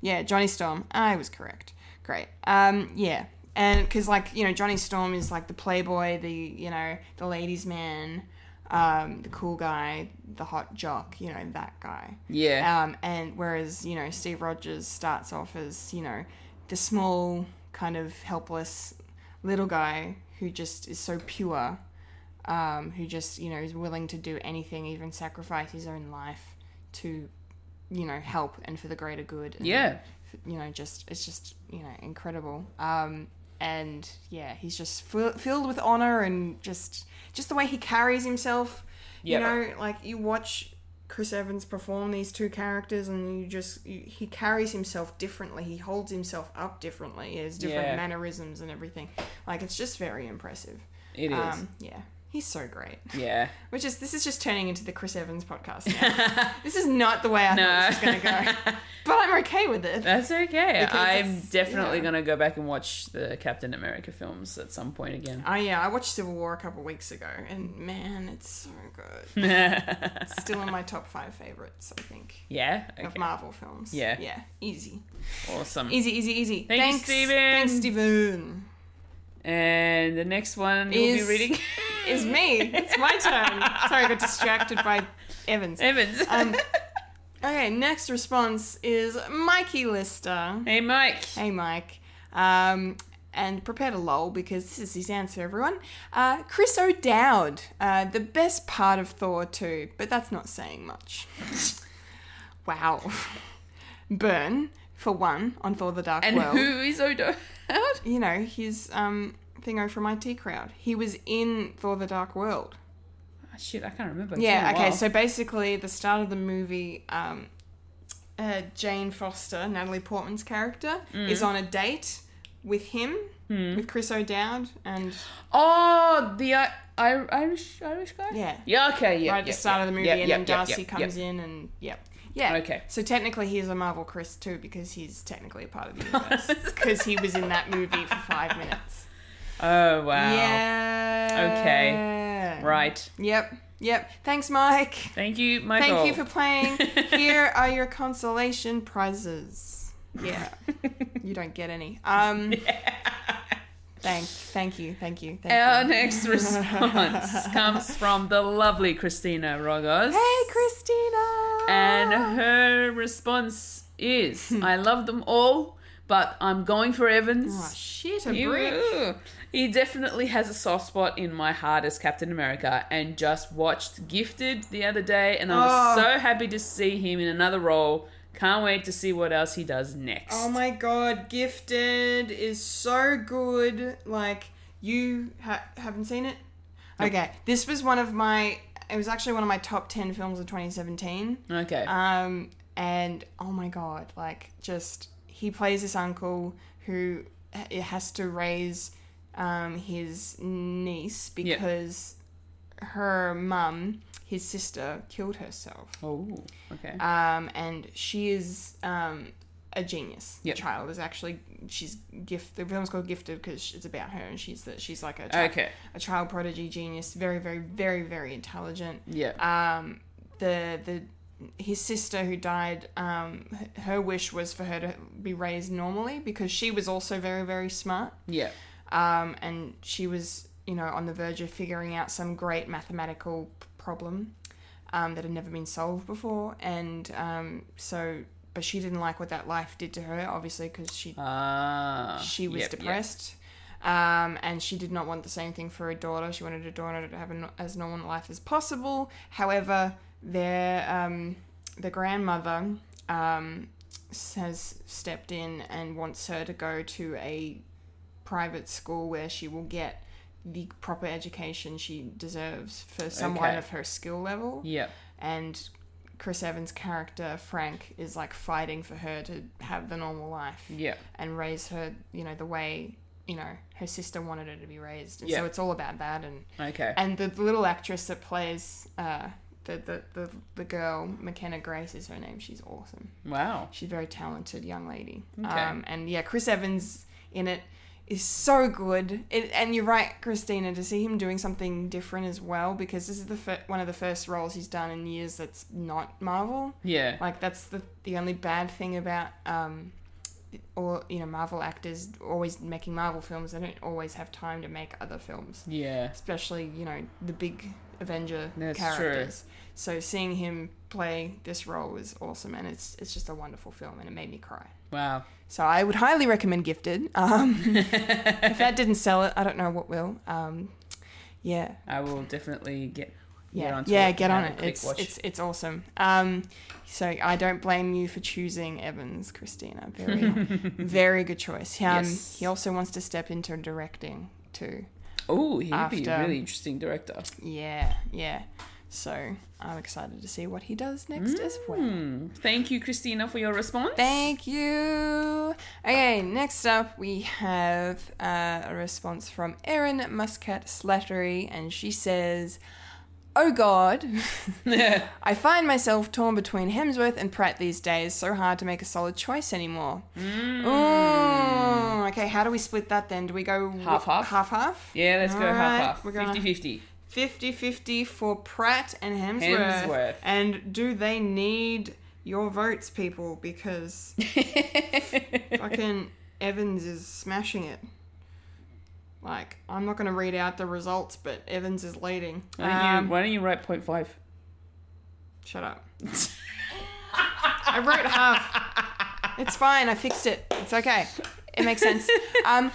Speaker 2: Yeah, Johnny Storm. I was correct. Great. Um, yeah, and because like you know Johnny Storm is like the playboy, the you know the ladies' man, um, the cool guy, the hot jock, you know that guy.
Speaker 1: Yeah.
Speaker 2: Um, and whereas you know Steve Rogers starts off as you know the small kind of helpless little guy who just is so pure, um, who just you know is willing to do anything, even sacrifice his own life to you know help and for the greater good. and
Speaker 1: yeah.
Speaker 2: you know just it's just you know incredible um and yeah he's just fill, filled with honor and just just the way he carries himself
Speaker 1: Yeah.
Speaker 2: you know like you watch chris evans perform these two characters and you just you, he carries himself differently he holds himself up differently he has different
Speaker 1: Yeah.
Speaker 2: mannerisms and everything like it's just very impressive
Speaker 1: It is.
Speaker 2: um yeah he's so great
Speaker 1: yeah.
Speaker 2: which is this is just turning into the chris evans podcast now this is not the way i thought this was going
Speaker 1: No.
Speaker 2: to go but i'm okay with it
Speaker 1: That's okay.
Speaker 2: Because
Speaker 1: I'm
Speaker 2: it's-
Speaker 1: definitely
Speaker 2: yeah.
Speaker 1: gonna go back and watch the Captain America films at some point again.
Speaker 2: Oh yeah, I watched Civil War a couple weeks ago, and man, it's so good.
Speaker 1: yeah.
Speaker 2: It's still in my top five favorites, I think, of
Speaker 1: Okay.
Speaker 2: Marvel films.
Speaker 1: Yeah.
Speaker 2: yeah, easy,
Speaker 1: Awesome.
Speaker 2: easy, easy, easy.
Speaker 1: Thank you,
Speaker 2: Thanks,
Speaker 1: Steven.
Speaker 2: Thanks, Steven.
Speaker 1: And the next one you'll be
Speaker 2: Is-
Speaker 1: reading
Speaker 2: It's me. It's my turn. Sorry, I got distracted by Evans.
Speaker 1: Evans.
Speaker 2: Um, okay, next response is Mikey Lister.
Speaker 1: hey, Mike.
Speaker 2: Hey, Mike. Um, and prepare to lol because this is his answer, everyone. Uh, Chris O'Dowd, uh, the best part of Thor 2, but that's not saying much. wow. Burn, for one, on Thor the Dark
Speaker 1: And
Speaker 2: World.
Speaker 1: who is Odo?
Speaker 2: You know, his um, thingo from IT Crowd. He was in Thor the Dark World.
Speaker 1: Oh, shit, I can't remember. It's
Speaker 2: Yeah,
Speaker 1: been a
Speaker 2: okay.
Speaker 1: while.
Speaker 2: So basically, the start of the movie, um, uh, Jane Foster, Natalie Portman's character,
Speaker 1: Mm.
Speaker 2: is on a date with him,
Speaker 1: Hmm.
Speaker 2: with Chris O'Dowd, and
Speaker 1: Oh, the I- I- Irish Irish guy.
Speaker 2: yeah,
Speaker 1: Yeah. Okay. Yeah.
Speaker 2: right at
Speaker 1: yeah,
Speaker 2: the start
Speaker 1: yeah,
Speaker 2: of the movie,
Speaker 1: yeah,
Speaker 2: and
Speaker 1: yeah,
Speaker 2: then
Speaker 1: yeah,
Speaker 2: Darcy
Speaker 1: yeah,
Speaker 2: comes in, and yeah, yeah.
Speaker 1: Okay.
Speaker 2: So technically, he's a Marvel Chris too, because he's technically a part of the universe, because he was in that movie for five minutes.
Speaker 1: Oh wow.
Speaker 2: Yeah.
Speaker 1: Okay. Right.
Speaker 2: Yep. Yep. Thanks, Mike.
Speaker 1: Thank you, Michael.
Speaker 2: Thank you for playing. Here are your consolation prizes. Yeah. you don't get any. Um Thank thank you. Thank you. Thank
Speaker 1: Our
Speaker 2: you.
Speaker 1: next response comes from the lovely Christina Rogos.
Speaker 2: Hey Christina. Oh,
Speaker 1: And her response is I love them all, but I'm going for Evans.
Speaker 2: oh, shit, a
Speaker 1: You-
Speaker 2: brick.
Speaker 1: Ooh. He definitely has a soft spot in my heart as Captain America, and just watched Gifted the other day, and I was
Speaker 2: Oh.
Speaker 1: so happy to see him in another role. Can't wait to see what else he does next.
Speaker 2: Oh my god, Gifted is so good. Like you ha- haven't seen it? Okay. This was one of my it was actually one of my top 10 films of 2017.
Speaker 1: okay.
Speaker 2: Um, and oh my god, like just he plays this uncle who h- has to raise um, his niece
Speaker 1: Yeah.
Speaker 2: because her mum, his sister, killed herself.
Speaker 1: oh, okay.
Speaker 2: Um, and she is um, a genius.
Speaker 1: Yep.
Speaker 2: The child is actually she's gift. The film's called Gifted because it's about her, and she's the, she's like a child,
Speaker 1: Okay.
Speaker 2: a child prodigy genius, very very very very intelligent
Speaker 1: Yeah.
Speaker 2: um, the the his sister who died, um, h- her wish was for her to be raised normally because she was also very very smart,
Speaker 1: yeah.
Speaker 2: um, and she was you know on the verge of figuring out some great mathematical p- problem um, that had never been solved before, and um, so but she didn't like what that life did to her obviously because she
Speaker 1: Ah.
Speaker 2: she was
Speaker 1: yep, yep.
Speaker 2: depressed um, and she did not want the same thing for her daughter she wanted her daughter to have a, no- as normal life as possible however their um, the grandmother um, s- has stepped in and wants her to go to a private school where she will get the proper education she deserves for someone
Speaker 1: Okay.
Speaker 2: of her skill level
Speaker 1: Yep.
Speaker 2: and Chris Evans' character Frank is like fighting for her to have the normal life
Speaker 1: Yeah.
Speaker 2: and raise her, you know, the way, you know, her sister wanted her to be raised. And
Speaker 1: Yeah.
Speaker 2: So it's all about that. And
Speaker 1: Okay.
Speaker 2: and the little actress that plays uh, the, the, the, the girl, McKenna Grace is her name. She's awesome.
Speaker 1: Wow.
Speaker 2: She's a very talented young lady.
Speaker 1: Okay.
Speaker 2: Um, and yeah, Chris Evans in it is so good. It, and you're right, Christina, to see him doing something different as well, because this is the fir- one of the first roles he's done in years that's not Marvel.
Speaker 1: Yeah.
Speaker 2: Like that's the the only bad thing about um, or you know Marvel actors always making Marvel films. They don't always have time to make other films,
Speaker 1: Yeah.
Speaker 2: especially you know the big Avenger
Speaker 1: That's true.
Speaker 2: characters. So seeing him play this role was awesome, and it's it's just a wonderful film, and it made me cry.
Speaker 1: Wow.
Speaker 2: So I would highly recommend Gifted. Um, if that didn't sell it, I don't know what will. Um, yeah,
Speaker 1: I will definitely get
Speaker 2: yeah,
Speaker 1: get onto
Speaker 2: yeah.
Speaker 1: it
Speaker 2: Get
Speaker 1: and
Speaker 2: on
Speaker 1: have a
Speaker 2: it.
Speaker 1: quick
Speaker 2: It's
Speaker 1: watch.
Speaker 2: it's it's awesome. Um, so I don't blame you for choosing Evans, Christina. Very very good choice. Um,
Speaker 1: Yes.
Speaker 2: He also wants to step into directing too.
Speaker 1: Oh, he'd be a
Speaker 2: after-
Speaker 1: really interesting director.
Speaker 2: Yeah, yeah. So I'm excited to see what he does next as well.
Speaker 1: Hmm. Thank you, Christina, for your response.
Speaker 2: Thank you. Okay, next up we have uh, a response from Erin Muscat Slattery, and she says, Oh God, I find myself torn between Hemsworth and Pratt these days. So hard to make a solid choice anymore.
Speaker 1: Hmm.
Speaker 2: Ooh. Okay, how do we split that then? Do we go
Speaker 1: Half-half?
Speaker 2: Half half?
Speaker 1: yeah, let's go
Speaker 2: All right,
Speaker 1: half half.
Speaker 2: we're gonna-
Speaker 1: 50 50.
Speaker 2: 50 50 for Pratt and Hemsworth.
Speaker 1: Hemsworth.
Speaker 2: And do they need your votes, people? Because fucking Evans is smashing it. Like, I'm not going to read out the results, but Evans is leading.
Speaker 1: Why don't
Speaker 2: Um,
Speaker 1: you, why don't you write point five?
Speaker 2: shut up. I wrote half. It's fine. I fixed it. It's okay. It makes sense. Um,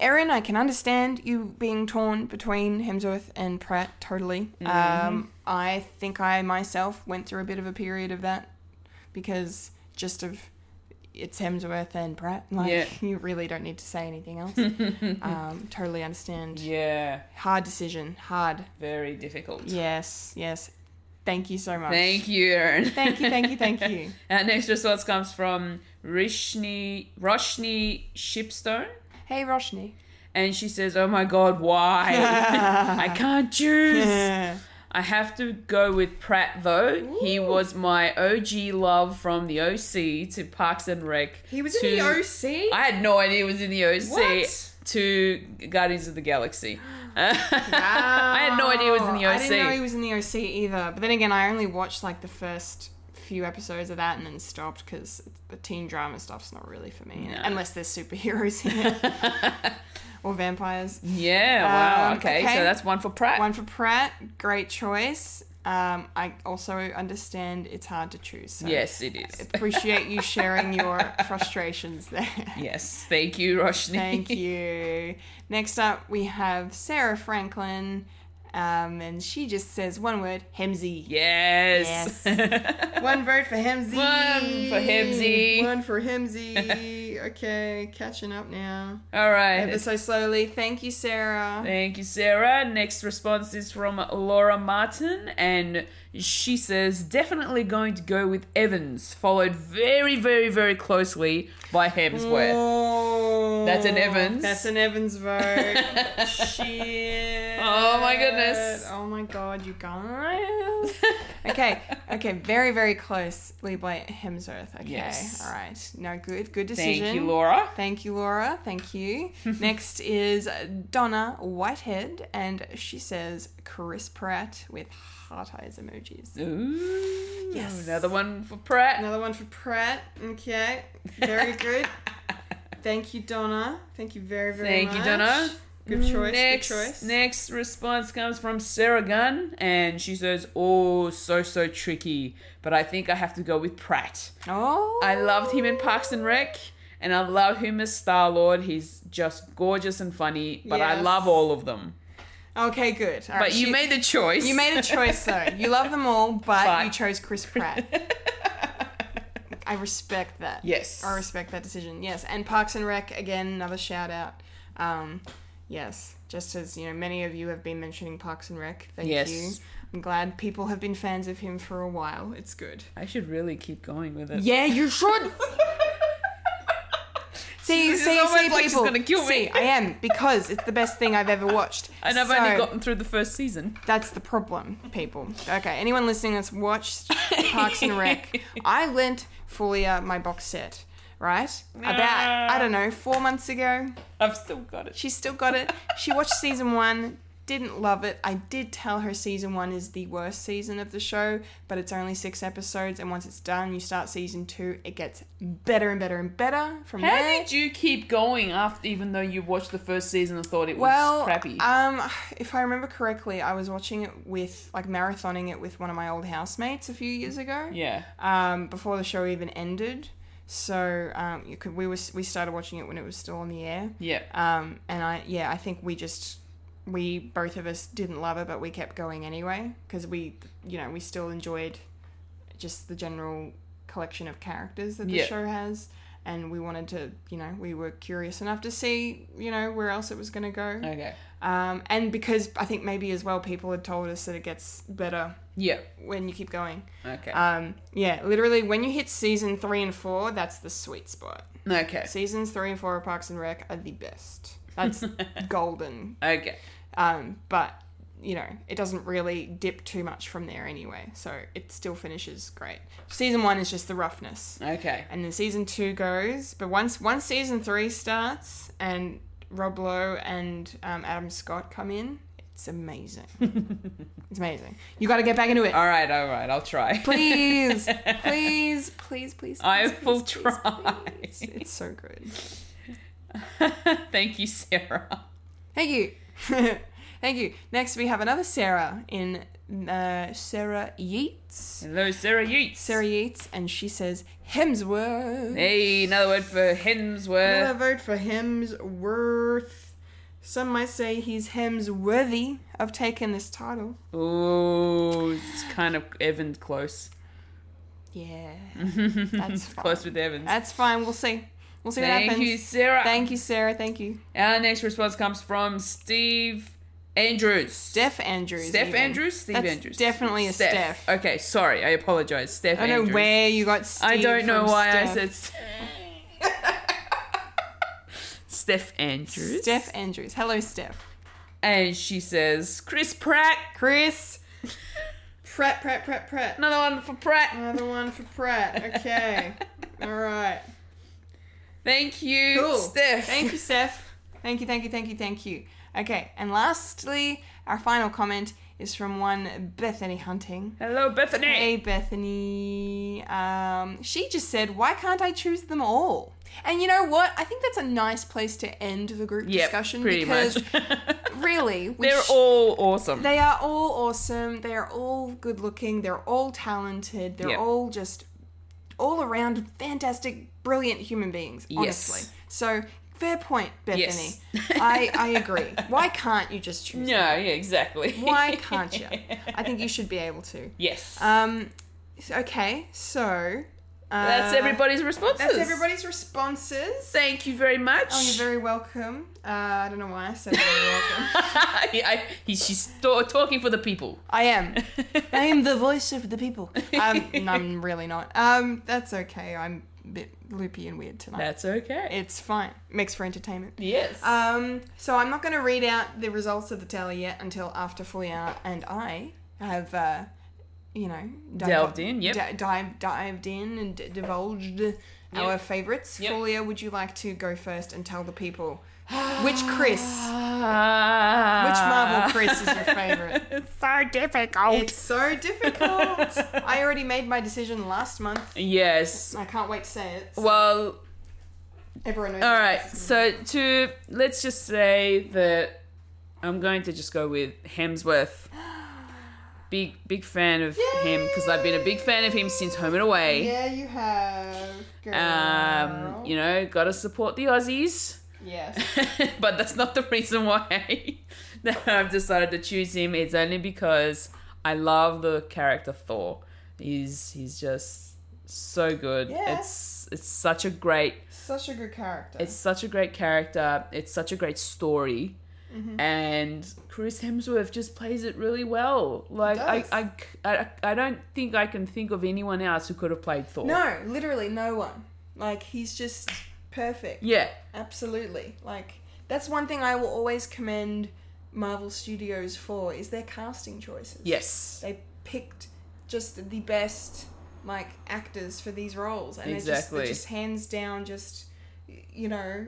Speaker 2: Erin, I can understand you being torn between Hemsworth and Pratt totally.
Speaker 1: Mm-hmm.
Speaker 2: Um, I think I myself went through a bit of a period of that because just of it's Hemsworth and Pratt. Like
Speaker 1: Yeah.
Speaker 2: you really don't need to say anything else. um, totally understand.
Speaker 1: Yeah,
Speaker 2: Hard decision. Hard.
Speaker 1: very difficult.
Speaker 2: Yes. Yes. Thank you so much.
Speaker 1: Thank you, Erin.
Speaker 2: Thank you. Thank you. Thank you.
Speaker 1: Our next response comes from Rishni Roshni Shipstone.
Speaker 2: Hey, Roshni.
Speaker 1: And she says, Oh my god, why? I can't choose. I have to go with Pratt though. He was my OG love from the OC to Parks and Rec.
Speaker 2: He was
Speaker 1: to,
Speaker 2: in the OC.
Speaker 1: I had no idea he was in the OC
Speaker 2: What?
Speaker 1: to Guardians of the Galaxy. I had no idea he was in the
Speaker 2: Wow.
Speaker 1: OC.
Speaker 2: I didn't know he was in the OC either. But then again, I only watched like the first few episodes of that and then stopped because the teen drama stuff's not really for me.
Speaker 1: No.
Speaker 2: Unless there's superheroes in it or vampires.
Speaker 1: yeah, wow.
Speaker 2: Um,
Speaker 1: okay,
Speaker 2: okay.
Speaker 1: so that's one for Pratt.
Speaker 2: One for Pratt. Great choice. Um, I also understand it's hard to choose. So
Speaker 1: Yes, it is.
Speaker 2: Appreciate you sharing your frustrations there.
Speaker 1: Yes, thank you, Roshni.
Speaker 2: Thank you. Next up, we have Sarah Franklin, um, and she just says one word: Hemsy.
Speaker 1: Yes.
Speaker 2: One vote for Hemsy.
Speaker 1: One for Hemsy.
Speaker 2: One for Hemsy. okay, catching up now.
Speaker 1: All right.
Speaker 2: Ever so slowly. Thank you, Sarah.
Speaker 1: Thank you, Sarah. Next response is from Laura Martin, and she says, definitely going to go with Evans, followed very, very, very closely by Hemsworth.
Speaker 2: Oh,
Speaker 1: That's an Evans.
Speaker 2: That's an Evans vote. Shit.
Speaker 1: Oh my goodness.
Speaker 2: Oh my god, you guys. okay, okay, very, very closely by Hemsworth. Okay,
Speaker 1: Yes.
Speaker 2: all right. No, good, good
Speaker 1: Thank
Speaker 2: decision.
Speaker 1: you, Laura.
Speaker 2: Thank you, Laura. Thank you. Next is Donna Whitehead, and she says Chris Pratt with heart eyes emojis.
Speaker 1: Ooh,
Speaker 2: Yes.
Speaker 1: Another one for Pratt.
Speaker 2: Another one for Pratt. Okay, very good. Thank you, Donna. Thank you very, very
Speaker 1: Thank
Speaker 2: much.
Speaker 1: you, Donna.
Speaker 2: Good choice.
Speaker 1: Next,
Speaker 2: good choice.
Speaker 1: next response comes from Sarah Gunn, and she says, "Oh, so so tricky, but I think I have to go with Pratt.
Speaker 2: Oh,
Speaker 1: I loved him in Parks and Rec, and I love him as Star Lord. He's just gorgeous and funny, but I
Speaker 2: Yes.
Speaker 1: love all of them.
Speaker 2: Okay, good. All
Speaker 1: But
Speaker 2: right,
Speaker 1: you
Speaker 2: she-
Speaker 1: made the choice.
Speaker 2: you made a choice though. You love them all, but,
Speaker 1: But-
Speaker 2: you chose Chris Pratt. I respect that.
Speaker 1: Yes.
Speaker 2: I respect that decision. Yes, and Parks and Rec again, another shout out. Um, yes, just as you know, many of you have been mentioning Parks and Rec. Thank
Speaker 1: Yes.
Speaker 2: you. I'm glad people have been fans of him for a while. It's good.
Speaker 1: I should really keep going with it.
Speaker 2: Yeah, you should. see,
Speaker 1: This is
Speaker 2: see,
Speaker 1: almost
Speaker 2: see,
Speaker 1: like she's
Speaker 2: people.
Speaker 1: gonna kill me.
Speaker 2: See, I am because it's the best thing I've ever watched.
Speaker 1: And I've
Speaker 2: So-
Speaker 1: only gotten through the first season.
Speaker 2: that's the problem, people. Okay, anyone listening that's watched Parks and Rec, I lent Fulia my box set, right? About, I don't know, four months ago.
Speaker 1: I've still got it.
Speaker 2: She's still got it. She watched season one, Didn't love it. I did tell her season one is the worst season of the show, but it's only six episodes, and once it's done, you start season two. It gets better and better and better from
Speaker 1: How
Speaker 2: there.
Speaker 1: did you keep going after, even though you watched the first season and thought it was
Speaker 2: well,
Speaker 1: crappy?
Speaker 2: um, if I remember correctly, I was watching it with like marathoning it with one of my old housemates a few years ago.
Speaker 1: yeah.
Speaker 2: um, before the show even ended. So um, you could, we was we started watching it when it was still on the air.
Speaker 1: Yeah.
Speaker 2: Um, and I yeah I think we just we both of us didn't love it, but we kept going anyway because we you know we still enjoyed just the general collection of characters that the
Speaker 1: Yeah.
Speaker 2: show has. And we wanted to, you know, we were curious enough to see, you know, where else it was going to go.
Speaker 1: Okay.
Speaker 2: Um, and because I think maybe as well, people had told us that it gets better
Speaker 1: Yeah.
Speaker 2: when you keep going.
Speaker 1: Okay.
Speaker 2: Um, yeah, literally, when you hit season three and four, that's the sweet spot.
Speaker 1: okay.
Speaker 2: Seasons three and four of Parks and Rec are the best. That's golden.
Speaker 1: Okay.
Speaker 2: Um, but you know, it doesn't really dip too much from there anyway, so it still finishes great. Season one is just the roughness,
Speaker 1: Okay.
Speaker 2: and then season two goes. But once once season three starts and Rob Lowe and um, Adam Scott come in, it's amazing. it's amazing. You got to get back into it.
Speaker 1: All right. All right. I'll try.
Speaker 2: Please, please, please, please.
Speaker 1: I
Speaker 2: please,
Speaker 1: will
Speaker 2: please, please,
Speaker 1: try.
Speaker 2: please. It's so good.
Speaker 1: Thank you, Sarah.
Speaker 2: Thank you. Thank you. Next, we have another Sarah in uh, Sarah Yeats.
Speaker 1: Hello, Sarah Yeats.
Speaker 2: Sarah Yeats, and she says Hemsworth.
Speaker 1: Hey, uh, another word for
Speaker 2: Another
Speaker 1: Hemsworth.
Speaker 2: vote for Hemsworth. Some might say he's Hemsworthy of taking this title.
Speaker 1: Ooh, it's kind of Evans close.
Speaker 2: Yeah, that's fine.
Speaker 1: Close with Evans.
Speaker 2: That's fine. We'll see. We'll see what
Speaker 1: Thank
Speaker 2: happens.
Speaker 1: you, Sarah.
Speaker 2: Thank you, Sarah. Thank you.
Speaker 1: Our next response comes from Steve Andrews.
Speaker 2: Steph Andrews.
Speaker 1: Steph
Speaker 2: even.
Speaker 1: Andrews? Steve
Speaker 2: That's
Speaker 1: Andrews.
Speaker 2: Definitely a Steph.
Speaker 1: Okay, sorry. I apologize. Steph
Speaker 2: I don't
Speaker 1: Andrews.
Speaker 2: know where you got Steve.
Speaker 1: I don't know
Speaker 2: from
Speaker 1: why
Speaker 2: Steph.
Speaker 1: I said Steph. Steph Andrews.
Speaker 2: Steph Andrews. Hello, Steph.
Speaker 1: And she says, Chris Pratt.
Speaker 2: Chris. Pratt, Pratt, Pratt, Pratt.
Speaker 1: Another one for Pratt.
Speaker 2: Another one for Pratt. Okay. All right.
Speaker 1: Thank you,
Speaker 2: Cool.
Speaker 1: Steph.
Speaker 2: Thank you, Steph. Thank you, thank you, thank you, thank you. Okay. And lastly, our final comment is from one Bethany Hunting.
Speaker 1: Hello, Bethany.
Speaker 2: Hey Bethany. Um, she just said, "Why can't I choose them all?" And you know what? I think that's a nice place to end the group
Speaker 1: Yep,
Speaker 2: discussion
Speaker 1: pretty
Speaker 2: because
Speaker 1: much.
Speaker 2: really, we
Speaker 1: They're
Speaker 2: sh-
Speaker 1: all awesome.
Speaker 2: they are all awesome. They are all good looking. They're all talented. They're
Speaker 1: Yep.
Speaker 2: all just all around fantastic, brilliant human beings. Honestly, so fair point, Bethany.
Speaker 1: Yes.
Speaker 2: I I agree. Why can't you just choose?
Speaker 1: no, yeah, exactly.
Speaker 2: Them? Why can't you? I think you should be able to.
Speaker 1: Yes.
Speaker 2: Um, s- okay, so uh,
Speaker 1: that's everybody's responses.
Speaker 2: That's everybody's responses.
Speaker 1: Thank you very much.
Speaker 2: Oh, you're very welcome. Uh, I don't know why I said very welcome.
Speaker 1: I, he's, she's ta- talking for the people.
Speaker 2: I am. I am the voice of the people. Um, no, I'm really not. Um, that's okay. I'm a bit loopy and weird tonight.
Speaker 1: That's okay.
Speaker 2: it's fine. Makes for entertainment.
Speaker 1: yes.
Speaker 2: Um, so I'm not going to read out the results of the tally yet until after Fulia and I have, uh, you know, dive-
Speaker 1: Delved in, yep.
Speaker 2: di- dive, dived in and d- divulged our favourites.
Speaker 1: Yep.
Speaker 2: Fulia, would you like to go first and tell the people which Chris,
Speaker 1: Ah.
Speaker 2: which Marvel Chris is your favourite?
Speaker 1: It's so difficult.
Speaker 2: Oh, It's so difficult. I already made my decision last month.
Speaker 1: yes.
Speaker 2: I can't wait to say it.
Speaker 1: Well,
Speaker 2: Everyone knows.
Speaker 1: all
Speaker 2: my
Speaker 1: right.
Speaker 2: decision.
Speaker 1: So to let's just say that I'm going to just go with Hemsworth. Big big fan of him because I've been a big fan of him since Home and Away.
Speaker 2: Yeah, you have. Girl.
Speaker 1: Um, you know, gotta support the Aussies.
Speaker 2: Yes.
Speaker 1: but that's not the reason why that I've decided to choose him. It's only because I love the character Thor. He's he's just so good.
Speaker 2: Yeah.
Speaker 1: It's it's such a great
Speaker 2: Such a good character.
Speaker 1: it's such a great character. It's such a great story.
Speaker 2: Mm-hmm.
Speaker 1: And Chris Hemsworth just plays it really well. Like I,
Speaker 2: does.
Speaker 1: I, c- I, I don't think I can think of anyone else who could have played Thor.
Speaker 2: no, literally no one. Like he's just perfect.
Speaker 1: Yeah.
Speaker 2: Absolutely. Like that's one thing I will always commend Marvel Studios for is their casting choices.
Speaker 1: Yes.
Speaker 2: They picked just the best like actors for these roles and they're just,
Speaker 1: Exactly.
Speaker 2: they're just hands down just y- you know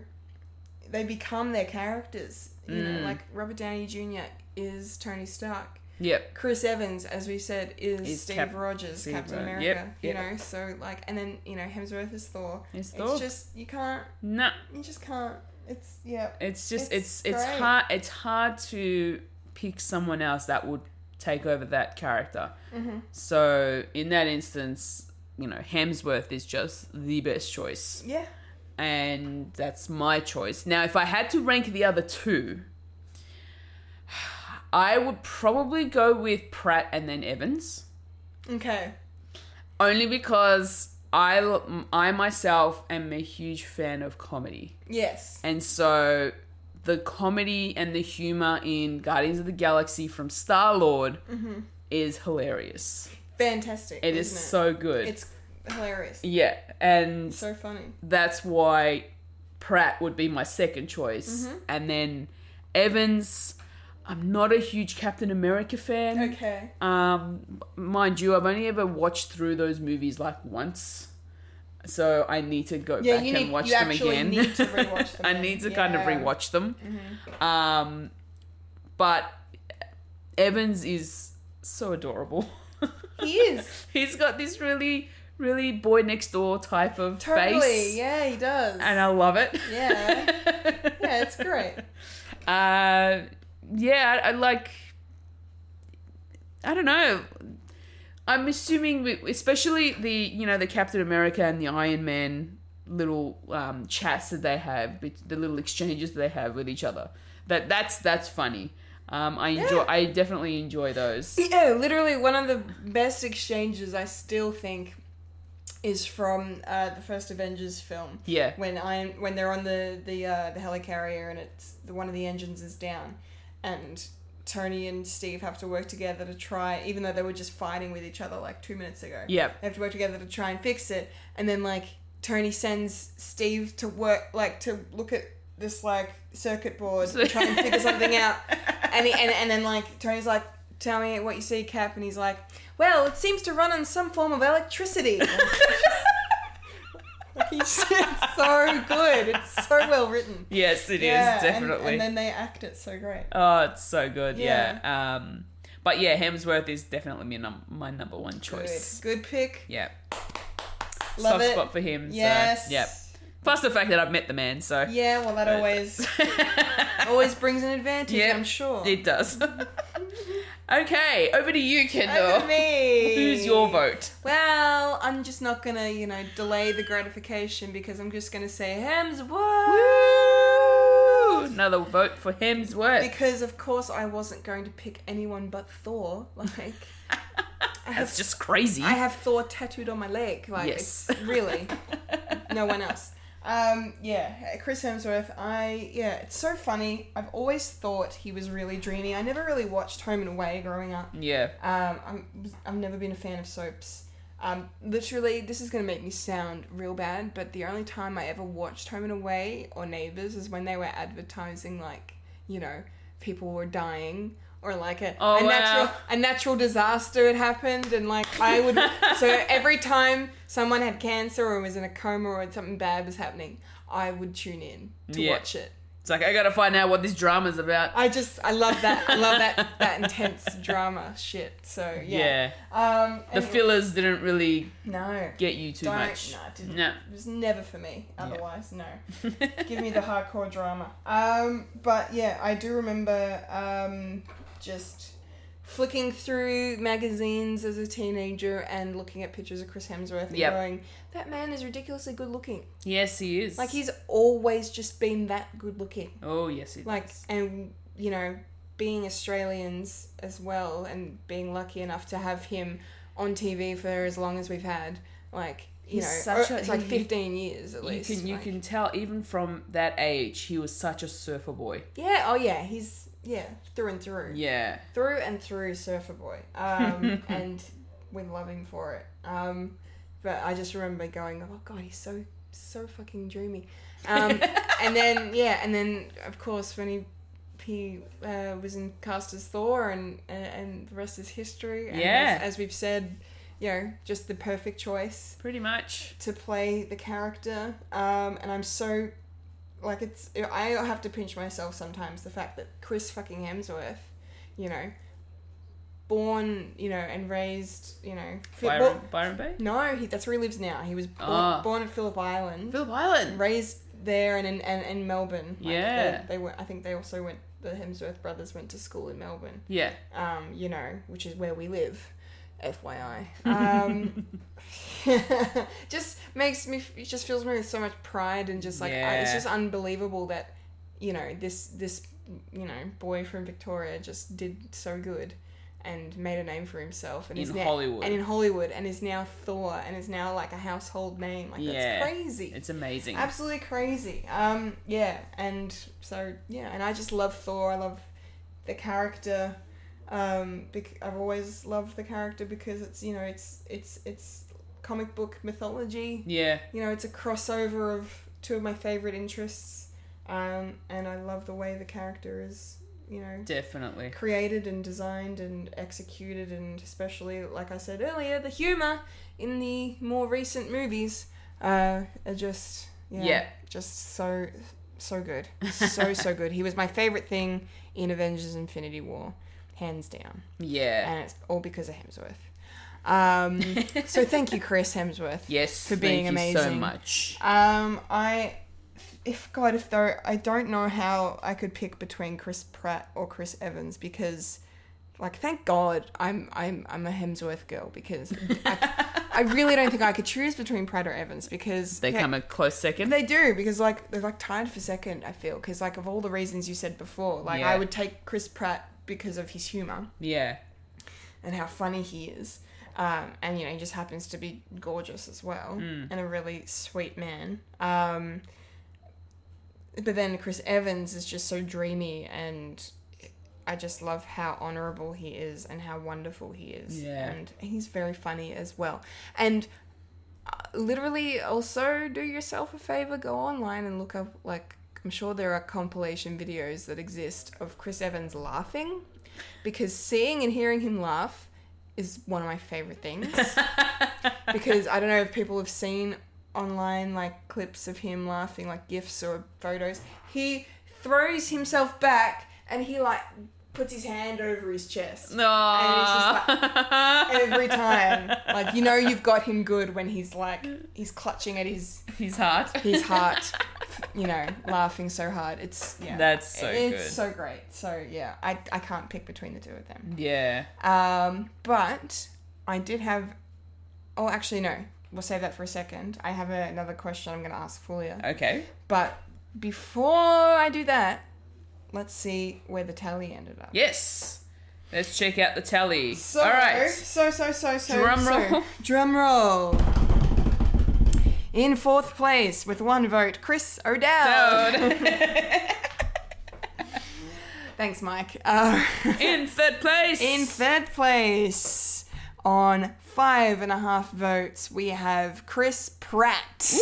Speaker 2: they become their characters. You
Speaker 1: Mm.
Speaker 2: know, like Robert Downey Jr. is Tony Stark.
Speaker 1: Yep.
Speaker 2: Chris Evans, as we said, is
Speaker 1: Is
Speaker 2: Steve
Speaker 1: Cap-
Speaker 2: Rogers,
Speaker 1: Steve
Speaker 2: Captain
Speaker 1: Rogers.
Speaker 2: America.
Speaker 1: Yep,
Speaker 2: You
Speaker 1: yep.
Speaker 2: know, so like, and then you know Hemsworth is Thor.
Speaker 1: Is Thor.
Speaker 2: It's just you can't,
Speaker 1: No,
Speaker 2: you just can't. It's yeah.
Speaker 1: it's just it's
Speaker 2: It's
Speaker 1: it's,
Speaker 2: great.
Speaker 1: hard it's hard to pick someone else that would take over that character.
Speaker 2: Mm-hmm.
Speaker 1: So in that instance, you know, Hemsworth is just the best choice.
Speaker 2: Yeah.
Speaker 1: and that's my choice. Now, if I had to rank the other two, I would probably go with Pratt and then Evans,
Speaker 2: Okay.
Speaker 1: only because I I myself am a huge fan of comedy,
Speaker 2: Yes.
Speaker 1: and so the comedy and the humor in Guardians of the Galaxy from Star Lord is hilarious.
Speaker 2: Fantastic.
Speaker 1: It
Speaker 2: Mm-hmm. isn't
Speaker 1: is so good.
Speaker 2: It's hilarious.
Speaker 1: yeah, and
Speaker 2: So funny.
Speaker 1: that's why Pratt would be my second choice.
Speaker 2: Mm-hmm.
Speaker 1: And then Evans, I'm not a huge Captain America fan.
Speaker 2: Okay.
Speaker 1: Um, mind you, I've only ever watched through those movies like once. So I need to go
Speaker 2: Yeah,
Speaker 1: back
Speaker 2: you
Speaker 1: and
Speaker 2: need-
Speaker 1: watch
Speaker 2: you
Speaker 1: them
Speaker 2: actually
Speaker 1: again.
Speaker 2: need to rewatch them
Speaker 1: I
Speaker 2: then.
Speaker 1: need to kind of
Speaker 2: Yeah. Mm-hmm.
Speaker 1: rewatch them. Um, but Evans is so adorable.
Speaker 2: He is
Speaker 1: He's got this really, really boy next door type of
Speaker 2: totally.
Speaker 1: face
Speaker 2: Yeah, he does.
Speaker 1: and I love it.
Speaker 2: Yeah. yeah, it's great.
Speaker 1: Uh, yeah, I, I like. I don't know. I'm assuming, we, especially the you know the Captain America and the Iron Man little um, chats that they have, bet- the little exchanges that they have with each other. That that's that's funny. Um, I enjoy. I definitely enjoy those.
Speaker 2: Yeah, literally one of the best exchanges I still think is from uh, the first Avengers film.
Speaker 1: Yeah.
Speaker 2: When I when they're on the the uh, the helicarrier and it's the, one of the engines is down, and Tony and Steve have to work together to try, even though they were just fighting with each other like two minutes ago.
Speaker 1: Yep.
Speaker 2: They have to work together to try and fix it, and then like Tony sends Steve to work like to look at this like circuit board and try and figure something out, and he, and and then like Tony's like, "Tell me what you see, Cap," and he's like, "Well, it seems to run on some form of electricity." Like, it's it's so good. It's so well written.
Speaker 1: Yes, it is
Speaker 2: Yeah, and-
Speaker 1: definitely.
Speaker 2: And, then they act it so great.
Speaker 1: oh, it's so good. Yeah. Um, but yeah, Hemsworth is definitely my, num- my number one
Speaker 2: Good.
Speaker 1: choice.
Speaker 2: Good pick.
Speaker 1: Yeah.
Speaker 2: Love
Speaker 1: Soft
Speaker 2: it.
Speaker 1: spot for him.
Speaker 2: Yes.
Speaker 1: So, yep. Plus the fact that I've met the man, so
Speaker 2: Yeah, well, that always always brings an advantage,
Speaker 1: Yeah,
Speaker 2: I'm sure.
Speaker 1: it does. okay, over to you,
Speaker 2: Over to
Speaker 1: Kendall.
Speaker 2: me.
Speaker 1: Who's your vote?
Speaker 2: Well, I'm just not gonna, you know, delay the gratification because I'm just gonna say Hemsworth.
Speaker 1: Woo! Another vote for Hemsworth.
Speaker 2: Because of course I wasn't going to pick anyone but Thor. Like
Speaker 1: That's just crazy.
Speaker 2: I have Thor tattooed on my leg. Like
Speaker 1: Yes.
Speaker 2: it's really no one else. Um, yeah, Chris Hemsworth. I yeah, it's so funny. I've always thought he was really dreamy. I never really watched Home and Away growing up.
Speaker 1: yeah.
Speaker 2: Um, I'm, I've never been a fan of soaps. Um, literally, this is going to make me sound real bad, but the only time I ever watched Home and Away or Neighbours is when they were advertising, like, you know, people were dying or like a,
Speaker 1: Oh,
Speaker 2: a
Speaker 1: wow.
Speaker 2: natural a natural disaster had happened and like I would so every time someone had cancer or was in a coma or something bad was happening, I would tune in to
Speaker 1: Yeah.
Speaker 2: watch it.
Speaker 1: It's like I gotta find out what this drama's about.
Speaker 2: I just I love that I love that that intense drama shit. So
Speaker 1: yeah.
Speaker 2: um,
Speaker 1: The
Speaker 2: anyway.
Speaker 1: fillers didn't really
Speaker 2: No.
Speaker 1: get you too
Speaker 2: Don't.
Speaker 1: much.
Speaker 2: No, it didn't.
Speaker 1: No.
Speaker 2: It was never for me. Otherwise, no. Give me the hardcore drama. Um, but yeah, I do remember um, just flicking through magazines as a teenager and looking at pictures of Chris Hemsworth and
Speaker 1: Yep.
Speaker 2: going, "That man is ridiculously good looking.
Speaker 1: Yes, he is.
Speaker 2: Like he's always just been that good looking."
Speaker 1: Oh yes, he
Speaker 2: like
Speaker 1: does.
Speaker 2: and you know being australians as well and being lucky enough to have him on tv for as long as we've had like you
Speaker 1: He's
Speaker 2: know
Speaker 1: such
Speaker 2: or-
Speaker 1: a-
Speaker 2: it's like
Speaker 1: he-
Speaker 2: 15 years at
Speaker 1: You
Speaker 2: least
Speaker 1: can you
Speaker 2: like-
Speaker 1: can tell even from that age he was such a surfer boy.
Speaker 2: yeah oh yeah he's yeah through and through
Speaker 1: Yeah.
Speaker 2: through and through surfer boy um and we love him for it um but i just remember going oh god he's so so fucking dreamy um and then yeah and then of course when he he uh, was in cast as thor and and, and the rest is history and
Speaker 1: Yeah.
Speaker 2: as, as we've said you know just the perfect choice
Speaker 1: Pretty much.
Speaker 2: to play the character um and i'm so like it's I have to pinch myself sometimes the fact that Chris fucking Hemsworth, you know, born you know and raised you know Phil-
Speaker 1: Byron,
Speaker 2: well,
Speaker 1: Byron Bay?
Speaker 2: no he that's where he lives now. He was born,
Speaker 1: Ah.
Speaker 2: born at Phillip Island,
Speaker 1: Phillip Island.
Speaker 2: raised there and in and, and Melbourne. Like,
Speaker 1: Yeah.
Speaker 2: they, they went. I think they also went. The Hemsworth brothers went to school in Melbourne
Speaker 1: Yeah.
Speaker 2: um, you know, which is where we live, FYI. Um, just makes me, it just fills me with so much pride and just like, I, it's
Speaker 1: Yeah.
Speaker 2: just unbelievable that, you know, this, this, you know, boy from Victoria just did so good and made a name for himself and
Speaker 1: In
Speaker 2: is now,
Speaker 1: Hollywood.
Speaker 2: and in Hollywood and is now Thor and is now like a household name. Like,
Speaker 1: Yeah.
Speaker 2: that's crazy.
Speaker 1: It's amazing.
Speaker 2: Absolutely crazy. Um, yeah, and so yeah, and I just love Thor. I love the character. Um, bec- I've always loved the character because it's you know it's it's it's comic book mythology.
Speaker 1: yeah.
Speaker 2: You know, it's a crossover of two of my favorite interests, um, and I love the way the character is. You know,
Speaker 1: Definitely.
Speaker 2: created and designed and executed and especially like i said earlier the humor in the more recent movies uh, are just yeah,
Speaker 1: Yeah.
Speaker 2: just so so good so so good he was my favorite thing in avengers infinity war hands down
Speaker 1: Yeah.
Speaker 2: and it's all because of hemsworth um, so thank you chris hemsworth
Speaker 1: yes.
Speaker 2: for being
Speaker 1: thank you so
Speaker 2: amazing.
Speaker 1: much.
Speaker 2: um, I, if God, if though, I don't know how I could pick between Chris Pratt or Chris Evans because, like, thank God I'm I'm I'm a Hemsworth girl because I, I really don't think I could choose between Pratt or Evans because
Speaker 1: They
Speaker 2: yeah,
Speaker 1: come a close second.
Speaker 2: They do because like they're like tied for second. I feel because like of all the reasons you said before, like
Speaker 1: Yeah.
Speaker 2: I would take Chris Pratt because of his humor
Speaker 1: yeah.
Speaker 2: and how funny he is. Um, and you know, he just happens to be gorgeous as well
Speaker 1: Mm.
Speaker 2: and a really sweet man. Um, but then Chris Evans is just so dreamy, and I just love how honorable he is and how wonderful he is.
Speaker 1: Yeah.
Speaker 2: And he's very funny as well. And uh, literally, also do yourself a favor go online and look up like. I'm sure there are compilation videos that exist of Chris Evans laughing because seeing and hearing him laugh is one of my favorite things. because I don't know if people have seen online like clips of him laughing, like gifs or photos. He throws himself back and he like puts his hand over his chest.
Speaker 1: No.
Speaker 2: And it's Every time, like you know, you've got him good when he's like he's clutching at his
Speaker 1: He's hard.
Speaker 2: his heart, you know, laughing so hard. It's yeah,
Speaker 1: That's so
Speaker 2: it's
Speaker 1: good.
Speaker 2: so great. So yeah, I I can't pick between the two of them.
Speaker 1: yeah.
Speaker 2: Um, but I did have. Oh, actually, no. We'll save that for a second. I have a, another question I'm going to ask Fulia.
Speaker 1: Okay.
Speaker 2: But before I do that, let's see where the tally ended up.
Speaker 1: Yes. Let's check out the tally.
Speaker 2: So,
Speaker 1: All right.
Speaker 2: So, so, so, so.
Speaker 1: Drum
Speaker 2: so-
Speaker 1: roll.
Speaker 2: Drum roll. In fourth place with one vote, Chris O'Dowd. Thanks, Mike. Uh,
Speaker 1: In third place.
Speaker 2: In third place, on five and a half votes, we have Chris Pratt.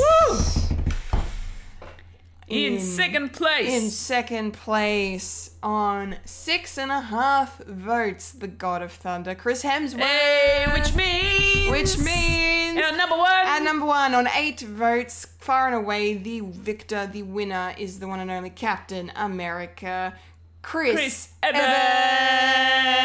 Speaker 1: in,
Speaker 2: in-
Speaker 1: second place.
Speaker 2: In second place, on six and a half votes, the God of Thunder, Chris Hemsworth.
Speaker 1: Hey, which means
Speaker 2: Which means.
Speaker 1: our number one.
Speaker 2: At number one, on eight votes, far and away, the victor, the winner, is the one and only Captain America, Chris,
Speaker 1: Chris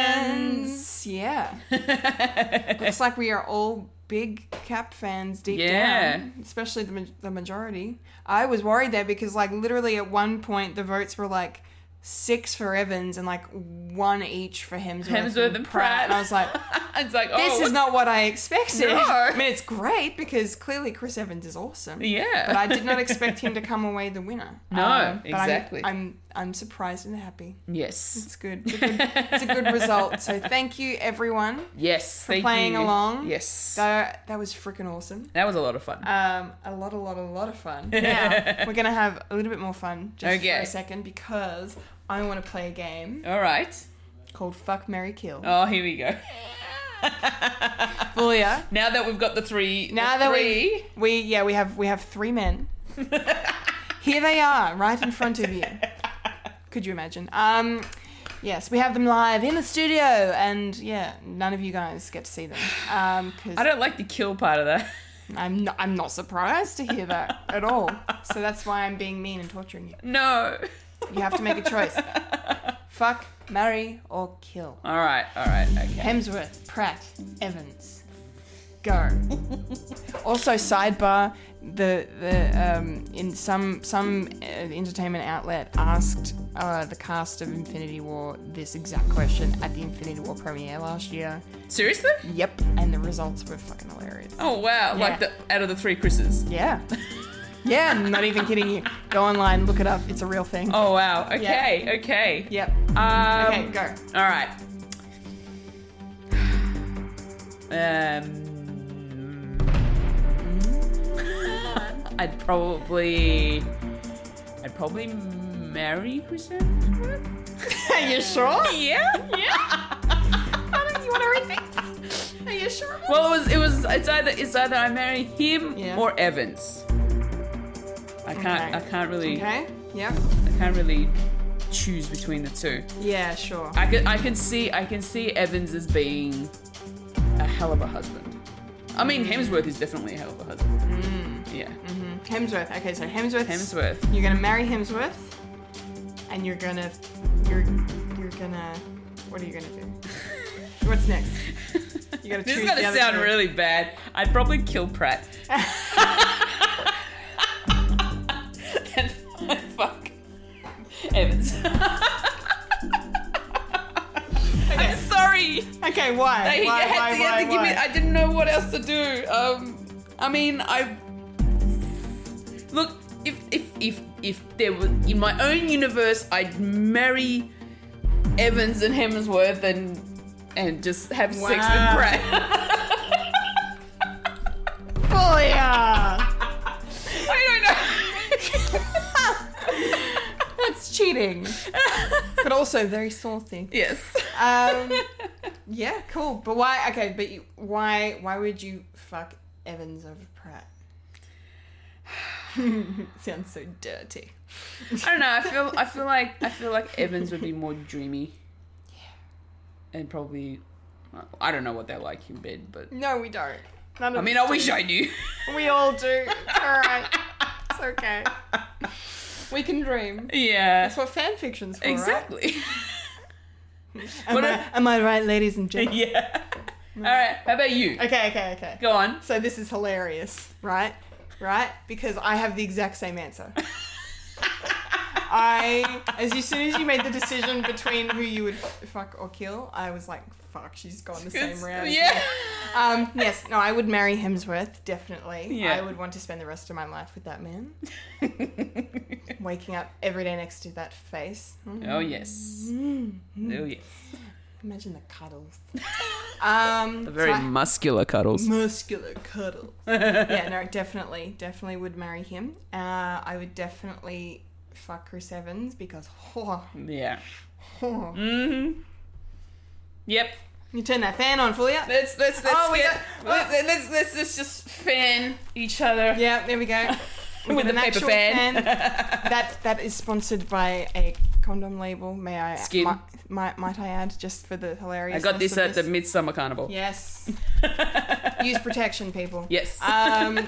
Speaker 2: Evans. Yeah. Looks like we are all big Cap fans deep
Speaker 1: Yeah.
Speaker 2: down, especially the, ma- the majority. I was worried there because, like, literally at one point, the votes were like six for Evans and like one each for Hemsworth,
Speaker 1: Hemsworth and Pratt.
Speaker 2: And I was like,
Speaker 1: it's like, oh,
Speaker 2: this is
Speaker 1: what-
Speaker 2: not what I expected.
Speaker 1: No.
Speaker 2: I mean, it's great because clearly Chris Evans is awesome.
Speaker 1: Yeah.
Speaker 2: But I did not expect him to come away the winner. Um,
Speaker 1: No,
Speaker 2: but
Speaker 1: exactly.
Speaker 2: I'm, I'm I'm surprised and happy.
Speaker 1: yes,
Speaker 2: It's good. It's a good, it's a good result. So thank you everyone.
Speaker 1: yes.
Speaker 2: For
Speaker 1: thank
Speaker 2: playing
Speaker 1: you.
Speaker 2: along.
Speaker 1: Yes,
Speaker 2: That that was freaking awesome.
Speaker 1: that was a lot of fun.
Speaker 2: Um, a lot, a lot, a lot of fun. Now we're gonna have a little bit more fun just for
Speaker 1: Okay.
Speaker 2: a second because I want to play a game
Speaker 1: All right.
Speaker 2: called Fuck Mary Kill.
Speaker 1: Oh, here we go.
Speaker 2: Fulia,
Speaker 1: Now that we've got the three,
Speaker 2: Now
Speaker 1: the
Speaker 2: that we
Speaker 1: three,
Speaker 2: we yeah we have we have three men. Here they are, right in front of you. Could you imagine? Um, yes, we have them live in the studio, and yeah, none of you guys get to see them. Um, 'cause
Speaker 1: I don't like the kill part of that.
Speaker 2: I'm not, I'm not surprised to hear that at all. So that's why I'm being mean and torturing you.
Speaker 1: No.
Speaker 2: You have to make a choice. Fuck, marry, or kill.
Speaker 1: All right, all right, okay.
Speaker 2: Hemsworth, Pratt, Evans. Go. also, sidebar: the the um, in some some uh, entertainment outlet asked uh, the cast of Infinity War this exact question at the Infinity War premiere last year.
Speaker 1: Seriously?
Speaker 2: Yep, and the results were fucking hilarious.
Speaker 1: Oh wow! Like the out of the three Chris's.
Speaker 2: Yeah, yeah, I'm not even kidding you. Go online, look it up. It's a real thing.
Speaker 1: Oh wow. Okay. Okay.
Speaker 2: Yep.
Speaker 1: Um,
Speaker 2: Okay, go.
Speaker 1: All right. Um, I'd probably, I'd probably marry Chris Hemsworth.
Speaker 2: Are you sure?
Speaker 1: Yeah.
Speaker 2: I don't, you want to rethink? Are you sure?
Speaker 1: Well, it was. It was. It's either. It's either I marry him
Speaker 2: Yeah.
Speaker 1: or Evans. I can't.
Speaker 2: Okay.
Speaker 1: I can't really.
Speaker 2: Okay. Yep.
Speaker 1: I can't really choose between the two.
Speaker 2: Yeah, sure.
Speaker 1: I can I can see I can see Evans as being a hell of a husband. I mean Hemsworth is definitely a hell of a husband.
Speaker 2: Mm.
Speaker 1: Yeah.
Speaker 2: Mm-hmm. Hemsworth. Okay, so Hemsworth.
Speaker 1: Hemsworth.
Speaker 2: You're gonna marry Hemsworth, and you're gonna, you're, you're gonna. What are you gonna do? What's next? You gotta
Speaker 1: This is
Speaker 2: choose
Speaker 1: gonna
Speaker 2: the other
Speaker 1: sound
Speaker 2: two.
Speaker 1: really bad. I'd probably kill Pratt. and fuck Evans. I'm sorry.
Speaker 2: Okay, why?
Speaker 1: I,
Speaker 2: why?
Speaker 1: you
Speaker 2: why?
Speaker 1: had to- you had
Speaker 2: why?
Speaker 1: to give
Speaker 2: why?
Speaker 1: me- I didn't know what else to do. Um, I mean, I look if if if if there was in my own universe, I'd marry Evans and Hemsworth and and just have sex with
Speaker 2: Wow.
Speaker 1: Brad.
Speaker 2: Julia!
Speaker 1: I don't know.
Speaker 2: That's cheating, but also very saucy.
Speaker 1: yes.
Speaker 2: Um, yeah, cool. But why? Okay, but you, why? Why would you fuck Evans over Pratt? Sounds so dirty.
Speaker 1: I don't know. I feel I feel like I feel like Evans would be more dreamy. Yeah. And probably I don't know what they're like in bed, but
Speaker 2: No, we don't. None of
Speaker 1: I mean,
Speaker 2: us
Speaker 1: I wish
Speaker 2: do.
Speaker 1: I knew.
Speaker 2: We all do. It's alright. It's okay. We can dream.
Speaker 1: Yeah.
Speaker 2: That's what fan fiction's for,
Speaker 1: Exactly.
Speaker 2: right? Am,
Speaker 1: What
Speaker 2: I, am I right, ladies and gentlemen?
Speaker 1: yeah. All right. How about you?
Speaker 2: Okay, okay, okay.
Speaker 1: Go on.
Speaker 2: So this is hilarious, right? Right? Because I have the exact same answer. I, as you- soon as you made the decision between who you would fuck or kill, I was like, fuck, she's gone the same route. as
Speaker 1: Yeah.
Speaker 2: me. Um, yes, no, I would marry Hemsworth, definitely.
Speaker 1: Yeah.
Speaker 2: I would want to spend the rest of my life with that man. Waking up every day next to that face. Mm.
Speaker 1: oh yes.
Speaker 2: Mm-hmm.
Speaker 1: Oh yes.
Speaker 2: Imagine the cuddles. Um,
Speaker 1: The very
Speaker 2: so I-
Speaker 1: muscular cuddles.
Speaker 2: muscular cuddles. yeah, no, definitely, definitely would marry him. Uh, I would definitely fuck Chris Evans because, oh,
Speaker 1: Yeah.
Speaker 2: oh.
Speaker 1: Mm-hmm. Yep.
Speaker 2: you turn that fan on, Fulia.
Speaker 1: Let's let's let's
Speaker 2: Oh, we
Speaker 1: get,
Speaker 2: got-
Speaker 1: let's, let's, let's let's just fan each other
Speaker 2: Yeah, there we go. We
Speaker 1: with
Speaker 2: got
Speaker 1: a
Speaker 2: an
Speaker 1: paper
Speaker 2: actual
Speaker 1: fan.
Speaker 2: fan. that that is sponsored by a condom label. May I
Speaker 1: Skin.
Speaker 2: mi- might, might I add just for the hilarious.
Speaker 1: I got this at the
Speaker 2: mid.
Speaker 1: Midsummer Carnival.
Speaker 2: Yes. Use protection, people.
Speaker 1: Yes.
Speaker 2: Um,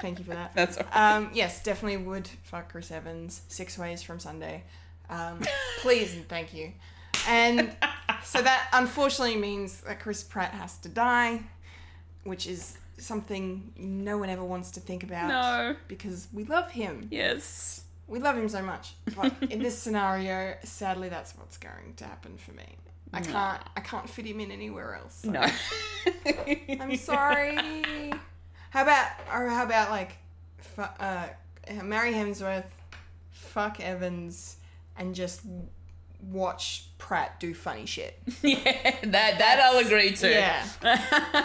Speaker 2: thank you for that.
Speaker 1: That's all right.
Speaker 2: Um, yes, definitely would fuck Chris Evans six ways from Sunday. Um, please and thank you. And so that unfortunately means that Chris Pratt has to die, which is something no one ever wants to think about.
Speaker 1: No.
Speaker 2: Because we love him.
Speaker 1: Yes.
Speaker 2: We love him so much. But in this scenario, sadly, that's what's going to happen for me. I can't. I can't fit him in anywhere else.
Speaker 1: No.
Speaker 2: I'm sorry. how about or how about like, fu- uh, marry Hemsworth, fuck Evans, and just watch Pratt do funny shit.
Speaker 1: yeah. That that I'll agree to.
Speaker 2: Yeah,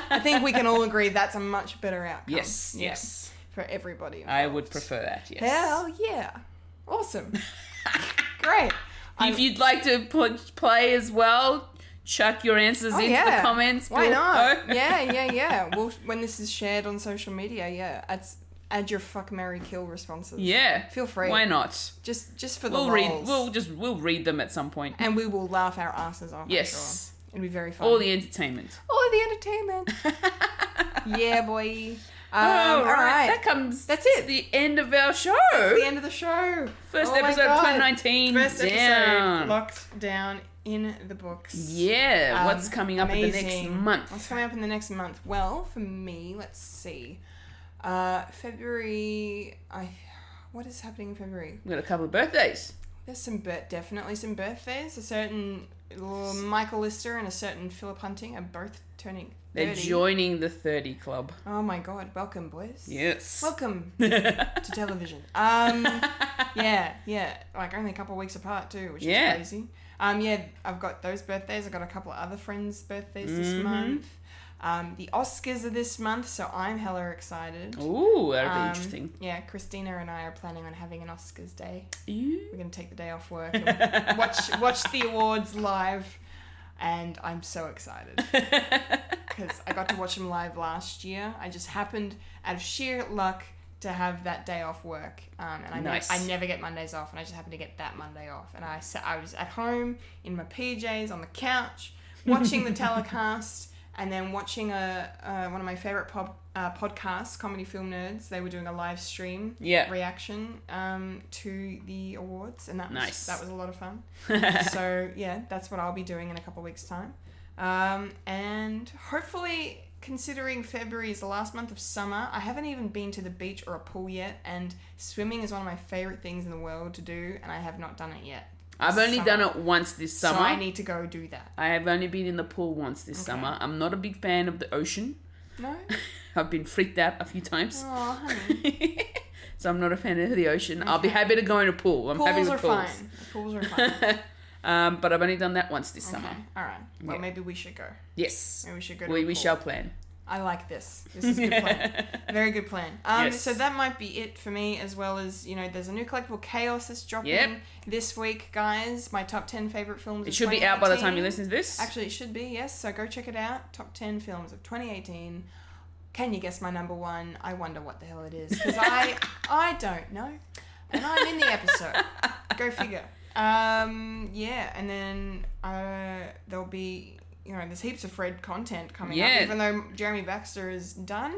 Speaker 2: I think we can all agree that's a much better outcome.
Speaker 1: Yes.
Speaker 2: Yeah,
Speaker 1: Yes.
Speaker 2: for everybody.
Speaker 1: I would prefer that. Yes.
Speaker 2: Hell yeah! Awesome. Great.
Speaker 1: If you'd like to pl- play as well, chuck your answers
Speaker 2: Oh,
Speaker 1: into
Speaker 2: yeah.
Speaker 1: the comments.
Speaker 2: Why
Speaker 1: below.
Speaker 2: not? yeah, yeah, yeah. Well, when this is shared on social media, yeah, add, add your fuck, Mary kill responses.
Speaker 1: Yeah.
Speaker 2: Feel free.
Speaker 1: Why not?
Speaker 2: Just just for the
Speaker 1: We'll
Speaker 2: lols.
Speaker 1: read. We'll just we'll read them at some point.
Speaker 2: and we will laugh our asses off. I'm
Speaker 1: Yes.
Speaker 2: sure. it'll be very fun.
Speaker 1: All the entertainment.
Speaker 2: all the entertainment. yeah, boy. Um,
Speaker 1: oh,
Speaker 2: all right.
Speaker 1: right. That comes.
Speaker 2: That's
Speaker 1: to
Speaker 2: it.
Speaker 1: The end of our show.
Speaker 2: That's the end of the show.
Speaker 1: First
Speaker 2: Oh my
Speaker 1: episode of
Speaker 2: God.
Speaker 1: 2019.
Speaker 2: First
Speaker 1: down.
Speaker 2: episode locked down in the books.
Speaker 1: Yeah.
Speaker 2: Um,
Speaker 1: what's coming up in the next
Speaker 2: amazing. What's
Speaker 1: month?
Speaker 2: coming up in the next month? Well, for me, let's see. Uh, February. I. What is happening in February?
Speaker 1: We've got a couple of birthdays.
Speaker 2: There's some bir- definitely some birthdays. A certain l- Michael Lister and a certain Philip Hunting are both turning
Speaker 1: They're
Speaker 2: 30.
Speaker 1: joining the 30 club.
Speaker 2: oh my god! Welcome, boys.
Speaker 1: Yes.
Speaker 2: Welcome to television. Um, yeah, yeah. Like only a couple of weeks apart too, which
Speaker 1: Yeah.
Speaker 2: is crazy. Um, yeah, I've got those birthdays. I've got a couple of other friends' birthdays
Speaker 1: Mm-hmm.
Speaker 2: this month. Um, the Oscars are this month, so I'm hella excited.
Speaker 1: Ooh, that'll be
Speaker 2: Um,
Speaker 1: interesting.
Speaker 2: Yeah, Christina and I are planning on having an Oscars day.
Speaker 1: You-
Speaker 2: We're gonna take the day off work, and watch watch the awards live, and I'm so excited because I got to watch them live last year. I just happened, out of sheer luck, to have that day off work, um, and I, ne-
Speaker 1: Nice.
Speaker 2: I never get Mondays off, and I just happened to get that Monday off. And I sat, I was at home in my PJs on the couch watching the telecast, and then watching a uh, one of my favorite pop, uh, podcasts, Comedy Film Nerds. They were doing a live stream
Speaker 1: Yeah.
Speaker 2: reaction um, to the awards, and that was,
Speaker 1: Nice.
Speaker 2: that was a lot of fun. so yeah, that's what I'll be doing in a couple weeks' time, um, and hopefully, considering February is the last month of summer, I haven't even been to the beach or a pool yet, and swimming is one of my favorite things in the world to do, and I have not done it yet.
Speaker 1: I've
Speaker 2: this
Speaker 1: only
Speaker 2: summer.
Speaker 1: done it once this summer.
Speaker 2: So I need to go do that.
Speaker 1: I have only been in the pool once this summer. I'm not a big fan of the ocean.
Speaker 2: No,
Speaker 1: I've been freaked out a few times.
Speaker 2: oh honey,
Speaker 1: so I'm not a fan of the ocean. I'll be happy to go in a pool. I'm happy
Speaker 2: pools
Speaker 1: with
Speaker 2: are
Speaker 1: pools.
Speaker 2: fine. Pools are fine.
Speaker 1: Um, but I've only done that once this
Speaker 2: Okay.
Speaker 1: summer.
Speaker 2: All right. Well,
Speaker 1: Yeah.
Speaker 2: maybe we should go.
Speaker 1: Yes.
Speaker 2: Maybe we should go. To
Speaker 1: We,
Speaker 2: a
Speaker 1: we
Speaker 2: pool.
Speaker 1: shall plan.
Speaker 2: I like this. This is a good plan. Very good plan. Um,
Speaker 1: Yes.
Speaker 2: So that might be it for me, as well as, you know, there's a new collectible Chaos that's dropping
Speaker 1: Yep.
Speaker 2: this week, guys. My top 10 favorite films.
Speaker 1: It
Speaker 2: of
Speaker 1: should be out by the time
Speaker 2: 2018.
Speaker 1: you listen to this.
Speaker 2: Actually, it should be, yes. So go check it out. Top 10 films of 2018. Can you guess my number one? I wonder what the hell it is. Because I, I don't know. And I'm in the episode. go figure. Um, yeah. And then uh, there'll be, you know, there's heaps of Fred content coming
Speaker 1: Yeah.
Speaker 2: up. Even though Jeremy Baxter is done,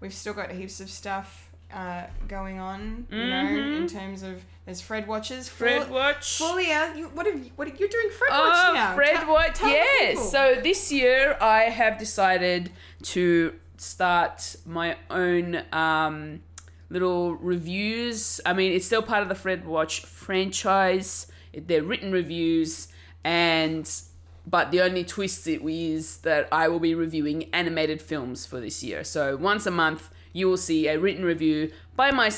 Speaker 2: we've still got heaps of stuff. Uh, going on, you know, in terms of there's Fred watches,
Speaker 1: Mm-hmm. Fred
Speaker 2: full-
Speaker 1: Watch.
Speaker 2: Fully out. You, what have you, what are you doing Fred
Speaker 1: Oh,
Speaker 2: Watch now?
Speaker 1: Fred
Speaker 2: Tell-
Speaker 1: Watch.
Speaker 2: tell the
Speaker 1: Yes.
Speaker 2: people.
Speaker 1: So this year I have decided to start my own um, little reviews. I mean, it's still part of the Fred Watch franchise. They're written reviews, and but the only twist it is that I will be reviewing animated films for this year. So once a month, you will see a written review by my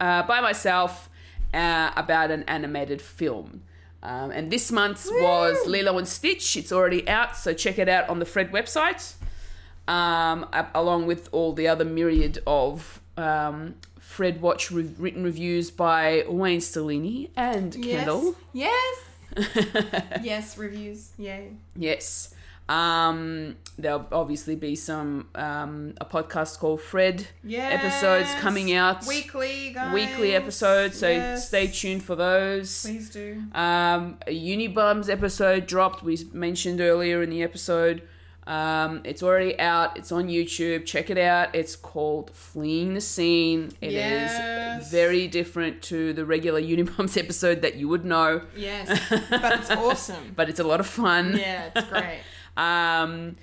Speaker 1: uh, by myself uh, about an animated film. Um, and this month's was Lilo and Stitch. It's already out, so check it out on the Fred website, um, a- along with all the other myriad of um, Fred Watch re- written reviews by Wayne Stellini and Kendall.
Speaker 2: Yes. Yes. yes. Reviews. Yay.
Speaker 1: Yes. Um, there'll obviously be some um, a podcast called Fred episodes coming out
Speaker 2: weekly, guys.
Speaker 1: weekly episodes. So
Speaker 2: Yes.
Speaker 1: stay tuned for those.
Speaker 2: Please do.
Speaker 1: Um, a Unibums episode dropped. We mentioned earlier in the episode. Um, it's already out. It's on YouTube. Check it out. It's called Fleeing the Scene. It is
Speaker 2: Yes.
Speaker 1: very different to the regular Unibums episode that you would know,
Speaker 2: Yes. but it's awesome.
Speaker 1: but it's a lot of fun.
Speaker 2: Yeah, it's great.
Speaker 1: Um,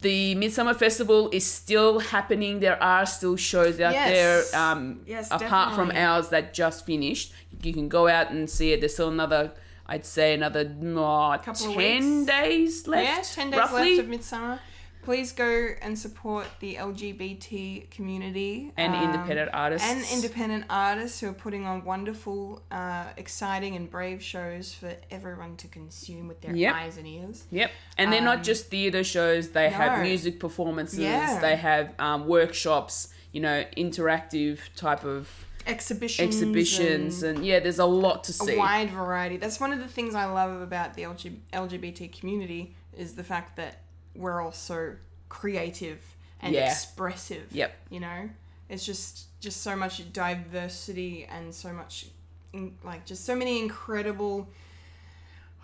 Speaker 1: the Midsummer Festival is still happening. There are still shows out
Speaker 2: Yes.
Speaker 1: there, um,
Speaker 2: Yes,
Speaker 1: apart from
Speaker 2: definitely.
Speaker 1: ours that just finished. You can go out and see it. There's still another, I'd say, another oh,
Speaker 2: Couple of
Speaker 1: 10
Speaker 2: weeks.
Speaker 1: days left.
Speaker 2: yeah, ten days
Speaker 1: roughly.
Speaker 2: left of Midsummer. Please go and support the LGBT community um,
Speaker 1: And independent artists.
Speaker 2: and independent artists who are putting on wonderful, uh, exciting, and brave shows for everyone to consume with their
Speaker 1: Yep.
Speaker 2: eyes and ears.
Speaker 1: Yep. And they're not just theatre shows, they have
Speaker 2: um, no.
Speaker 1: music performances,
Speaker 2: Yeah.
Speaker 1: they have um, workshops, you know, interactive type of
Speaker 2: Exhibitions,
Speaker 1: exhibitions. And, yeah, there's a lot to see.
Speaker 2: a wide variety. That's one of the things I love about the LG LGBT community is the fact that we're all so creative and
Speaker 1: Yeah.
Speaker 2: expressive.
Speaker 1: Yep.
Speaker 2: You know, it's just just so much diversity and so much in, like just so many incredible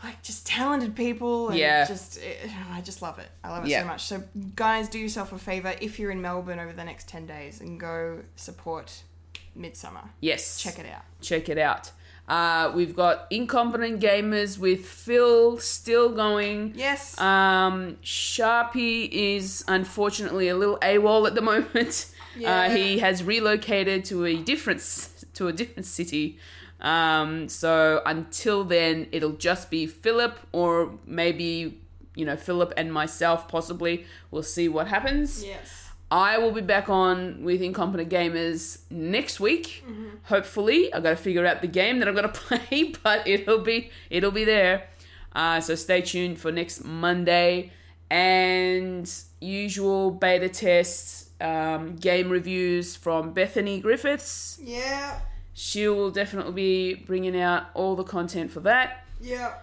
Speaker 2: like just talented people. And
Speaker 1: Yeah.
Speaker 2: Just it, I just love it. I love it
Speaker 1: Yeah.
Speaker 2: so much. So guys, do yourself a favor if you're in Melbourne over the next ten days and go support Midsummer.
Speaker 1: Yes.
Speaker 2: Check it out.
Speaker 1: Check it out. Uh, we've got Incompetent Gamers with Phil still going.
Speaker 2: Yes.
Speaker 1: Um, Sharpie is unfortunately a little AWOL at the moment.
Speaker 2: Yeah.
Speaker 1: Uh, he has relocated to a different s- to a different city. Um, so until then, it'll just be Philip or maybe you know Philip and myself possibly. We'll see what happens.
Speaker 2: yes.
Speaker 1: I will be back on with Incompetent Gamers next week. Hopefully, I got to figure out the game that I'm going to play, but it'll be it'll be there. Uh, so stay tuned for next Monday and usual beta tests, um, game reviews from Bethany Griffiths.
Speaker 2: Yeah.
Speaker 1: She will definitely be bringing out all the content for that.
Speaker 2: Yeah.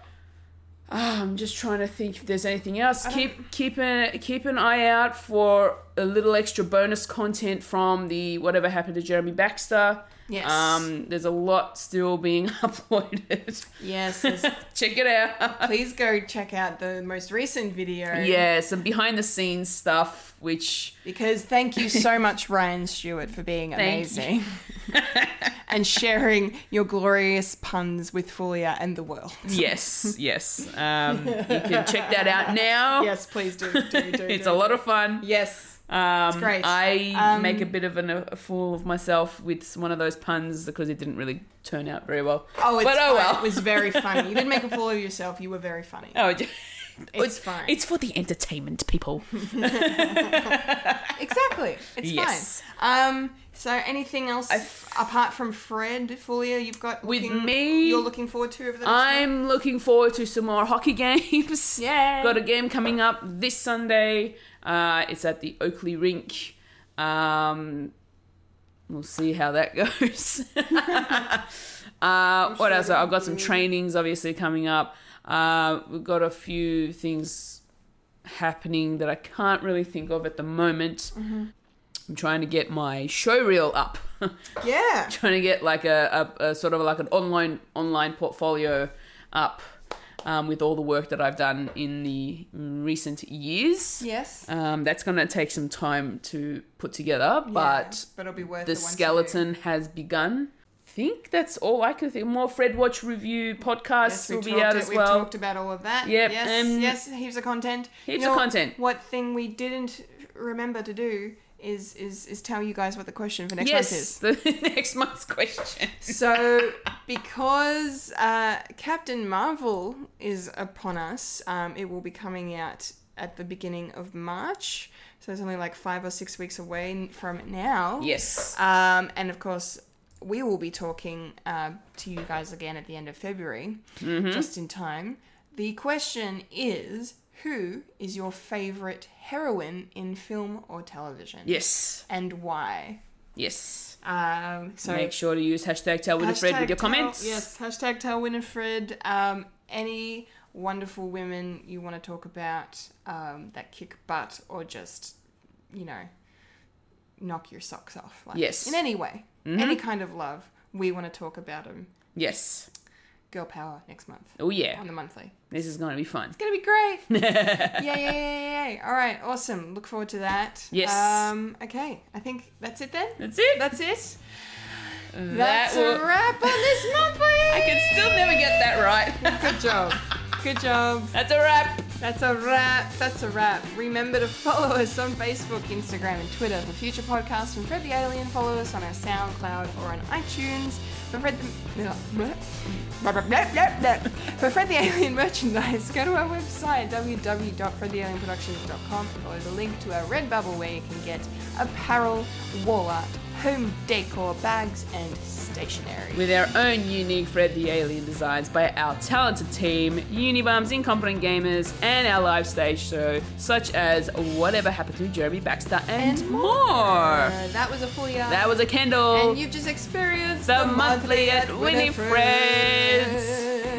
Speaker 1: Ah, I'm just trying to think if there's anything else. Keep keep an keep an eye out for a little extra bonus content from the whatever happened to Jeremy Baxter.
Speaker 2: Yes.
Speaker 1: Um, there's a lot still being uploaded.
Speaker 2: Yes. there's-
Speaker 1: Check it out.
Speaker 2: please go check out the most recent video.
Speaker 1: Yeah, some behind the scenes stuff, which
Speaker 2: Because thank you so much, Ryan Stewart, for being
Speaker 1: Thank you.
Speaker 2: amazing and sharing your glorious puns with Fulia and the world.
Speaker 1: yes, yes. Um, you can check that out now.
Speaker 2: Yes, please do. do, do
Speaker 1: Oh. it's
Speaker 2: do.
Speaker 1: a lot of fun.
Speaker 2: Yes.
Speaker 1: Um,
Speaker 2: great.
Speaker 1: I
Speaker 2: Um,
Speaker 1: make a bit of an, a fool of myself with one of those puns because it didn't really turn out very well.
Speaker 2: Oh, it's
Speaker 1: But
Speaker 2: fine.
Speaker 1: oh well.
Speaker 2: It was very funny. You didn't make a fool of yourself. You were very funny.
Speaker 1: Oh, it's,
Speaker 2: It's fine.
Speaker 1: It's for the entertainment people.
Speaker 2: Exactly. It's
Speaker 1: Yes.
Speaker 2: fine. Um, so anything else
Speaker 1: I've-
Speaker 2: apart from Fred, Fulia, you've got
Speaker 1: With
Speaker 2: looking-
Speaker 1: me,
Speaker 2: you're looking forward to over the next month?
Speaker 1: I'm looking forward to some more hockey games.
Speaker 2: Yay.
Speaker 1: Got a game coming up this Sunday. Uh, it's at the Oakley Rink. Um, we'll see how that goes. uh, what
Speaker 2: sure
Speaker 1: else?
Speaker 2: it'll
Speaker 1: I've got some trainings obviously coming up. Uh, we've got a few things happening that I can't really think of at the moment.
Speaker 2: Mm-hmm.
Speaker 1: I'm trying to get my show reel up.
Speaker 2: Yeah.
Speaker 1: trying to get like a, a, a sort of like an online online portfolio up um, with all the work that I've done in the recent years.
Speaker 2: Yes.
Speaker 1: Um, that's going to take some time to put together,
Speaker 2: Yeah,
Speaker 1: but
Speaker 2: but it'll be worth
Speaker 1: the
Speaker 2: once you do.
Speaker 1: skeleton has begun. I think that's all I can think. More Fred Watch review podcasts
Speaker 2: we
Speaker 1: will be
Speaker 2: talked
Speaker 1: out
Speaker 2: it-
Speaker 1: as
Speaker 2: we've
Speaker 1: well.
Speaker 2: talked about all of that.
Speaker 1: Yep,
Speaker 2: Yes.
Speaker 1: um,
Speaker 2: yes. Heaps of content.
Speaker 1: heaps of content.
Speaker 2: What thing we didn't remember to do is is is tell you guys what the question for next month
Speaker 1: yes,
Speaker 2: is.
Speaker 1: the next month's question.
Speaker 2: So because uh, Captain Marvel is upon us, um, it will be coming out at the beginning of March. So it's only like five or six weeks away n- from now.
Speaker 1: Yes.
Speaker 2: Um, and of course, we will be talking uh, to you guys again at the end of February, just in time. The question is who is your favorite heroine in film or television?
Speaker 1: Yes.
Speaker 2: And why?
Speaker 1: Yes.
Speaker 2: Um, so
Speaker 1: Make sure to use hashtag tell with Fred with your
Speaker 2: hashtag tell-
Speaker 1: comments.
Speaker 2: yes, hashtag tell Winifred. Um, any wonderful women you want to talk about um, that kick butt or just, you know, knock your socks off. Like,
Speaker 1: Yes. Mm-hmm.
Speaker 2: In any way, any kind of love, we want to talk about them.
Speaker 1: Yes.
Speaker 2: Girl power next month
Speaker 1: Oh yeah.
Speaker 2: on the monthly.
Speaker 1: This is going to be fun.
Speaker 2: It's gonna be great. yay, yay, yay, yay. All right, awesome. Look forward to that.
Speaker 1: Yes.
Speaker 2: Um, okay, I think that's it then.
Speaker 1: That's it.
Speaker 2: That's it.
Speaker 1: That
Speaker 2: That's
Speaker 1: will-
Speaker 2: a wrap on this monthly.
Speaker 1: I can still never get that right.
Speaker 2: Good job. Good job.
Speaker 1: That's a wrap.
Speaker 2: That's a wrap. That's a wrap. Remember to follow us on Facebook, Instagram, and Twitter for future podcasts from Fred the Alien. Follow us on our SoundCloud or on iTunes for Fred the. blah, blah, blah, blah, blah, blah. For Fred the Alien merchandise, go to our website www.fredthealienproductions.com and follow the link to our Redbubble where you can get apparel, wall art, home decor, bags, and stationery.
Speaker 1: With our own unique Fred the Alien designs by our talented team, Unibums, Incompetent Gamers, and our live stage show, such as Whatever Happened to Jeremy Baxter and,
Speaker 2: And
Speaker 1: more.
Speaker 2: Uh, that was a full year.
Speaker 1: That was a Kendall.
Speaker 2: And you've just experienced
Speaker 1: The monthly at Winnie Fred's.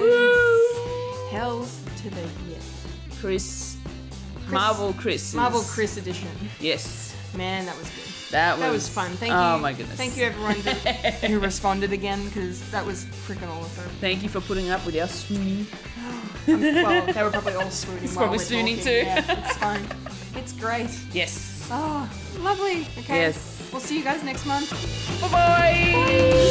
Speaker 1: Woo!
Speaker 2: Hells to the yes.
Speaker 1: Chris. Marvel Chris. is-
Speaker 2: Marvel Chris edition.
Speaker 1: Yes.
Speaker 2: Man, that was good.
Speaker 1: That was
Speaker 2: That was fun. Thank you.
Speaker 1: oh my goodness.
Speaker 2: Thank you, everyone, that- who responded again because that was freaking awesome.
Speaker 1: Thank you for putting up with our swooning.
Speaker 2: Um, well, they were probably all swooning.
Speaker 1: He's
Speaker 2: while
Speaker 1: probably
Speaker 2: we're
Speaker 1: swooning
Speaker 2: talking.
Speaker 1: too.
Speaker 2: Yeah, it's fine. It's great.
Speaker 1: Yes.
Speaker 2: Oh, lovely. Okay.
Speaker 1: Yes.
Speaker 2: We'll see you guys next month.
Speaker 1: Bye-bye. bye bye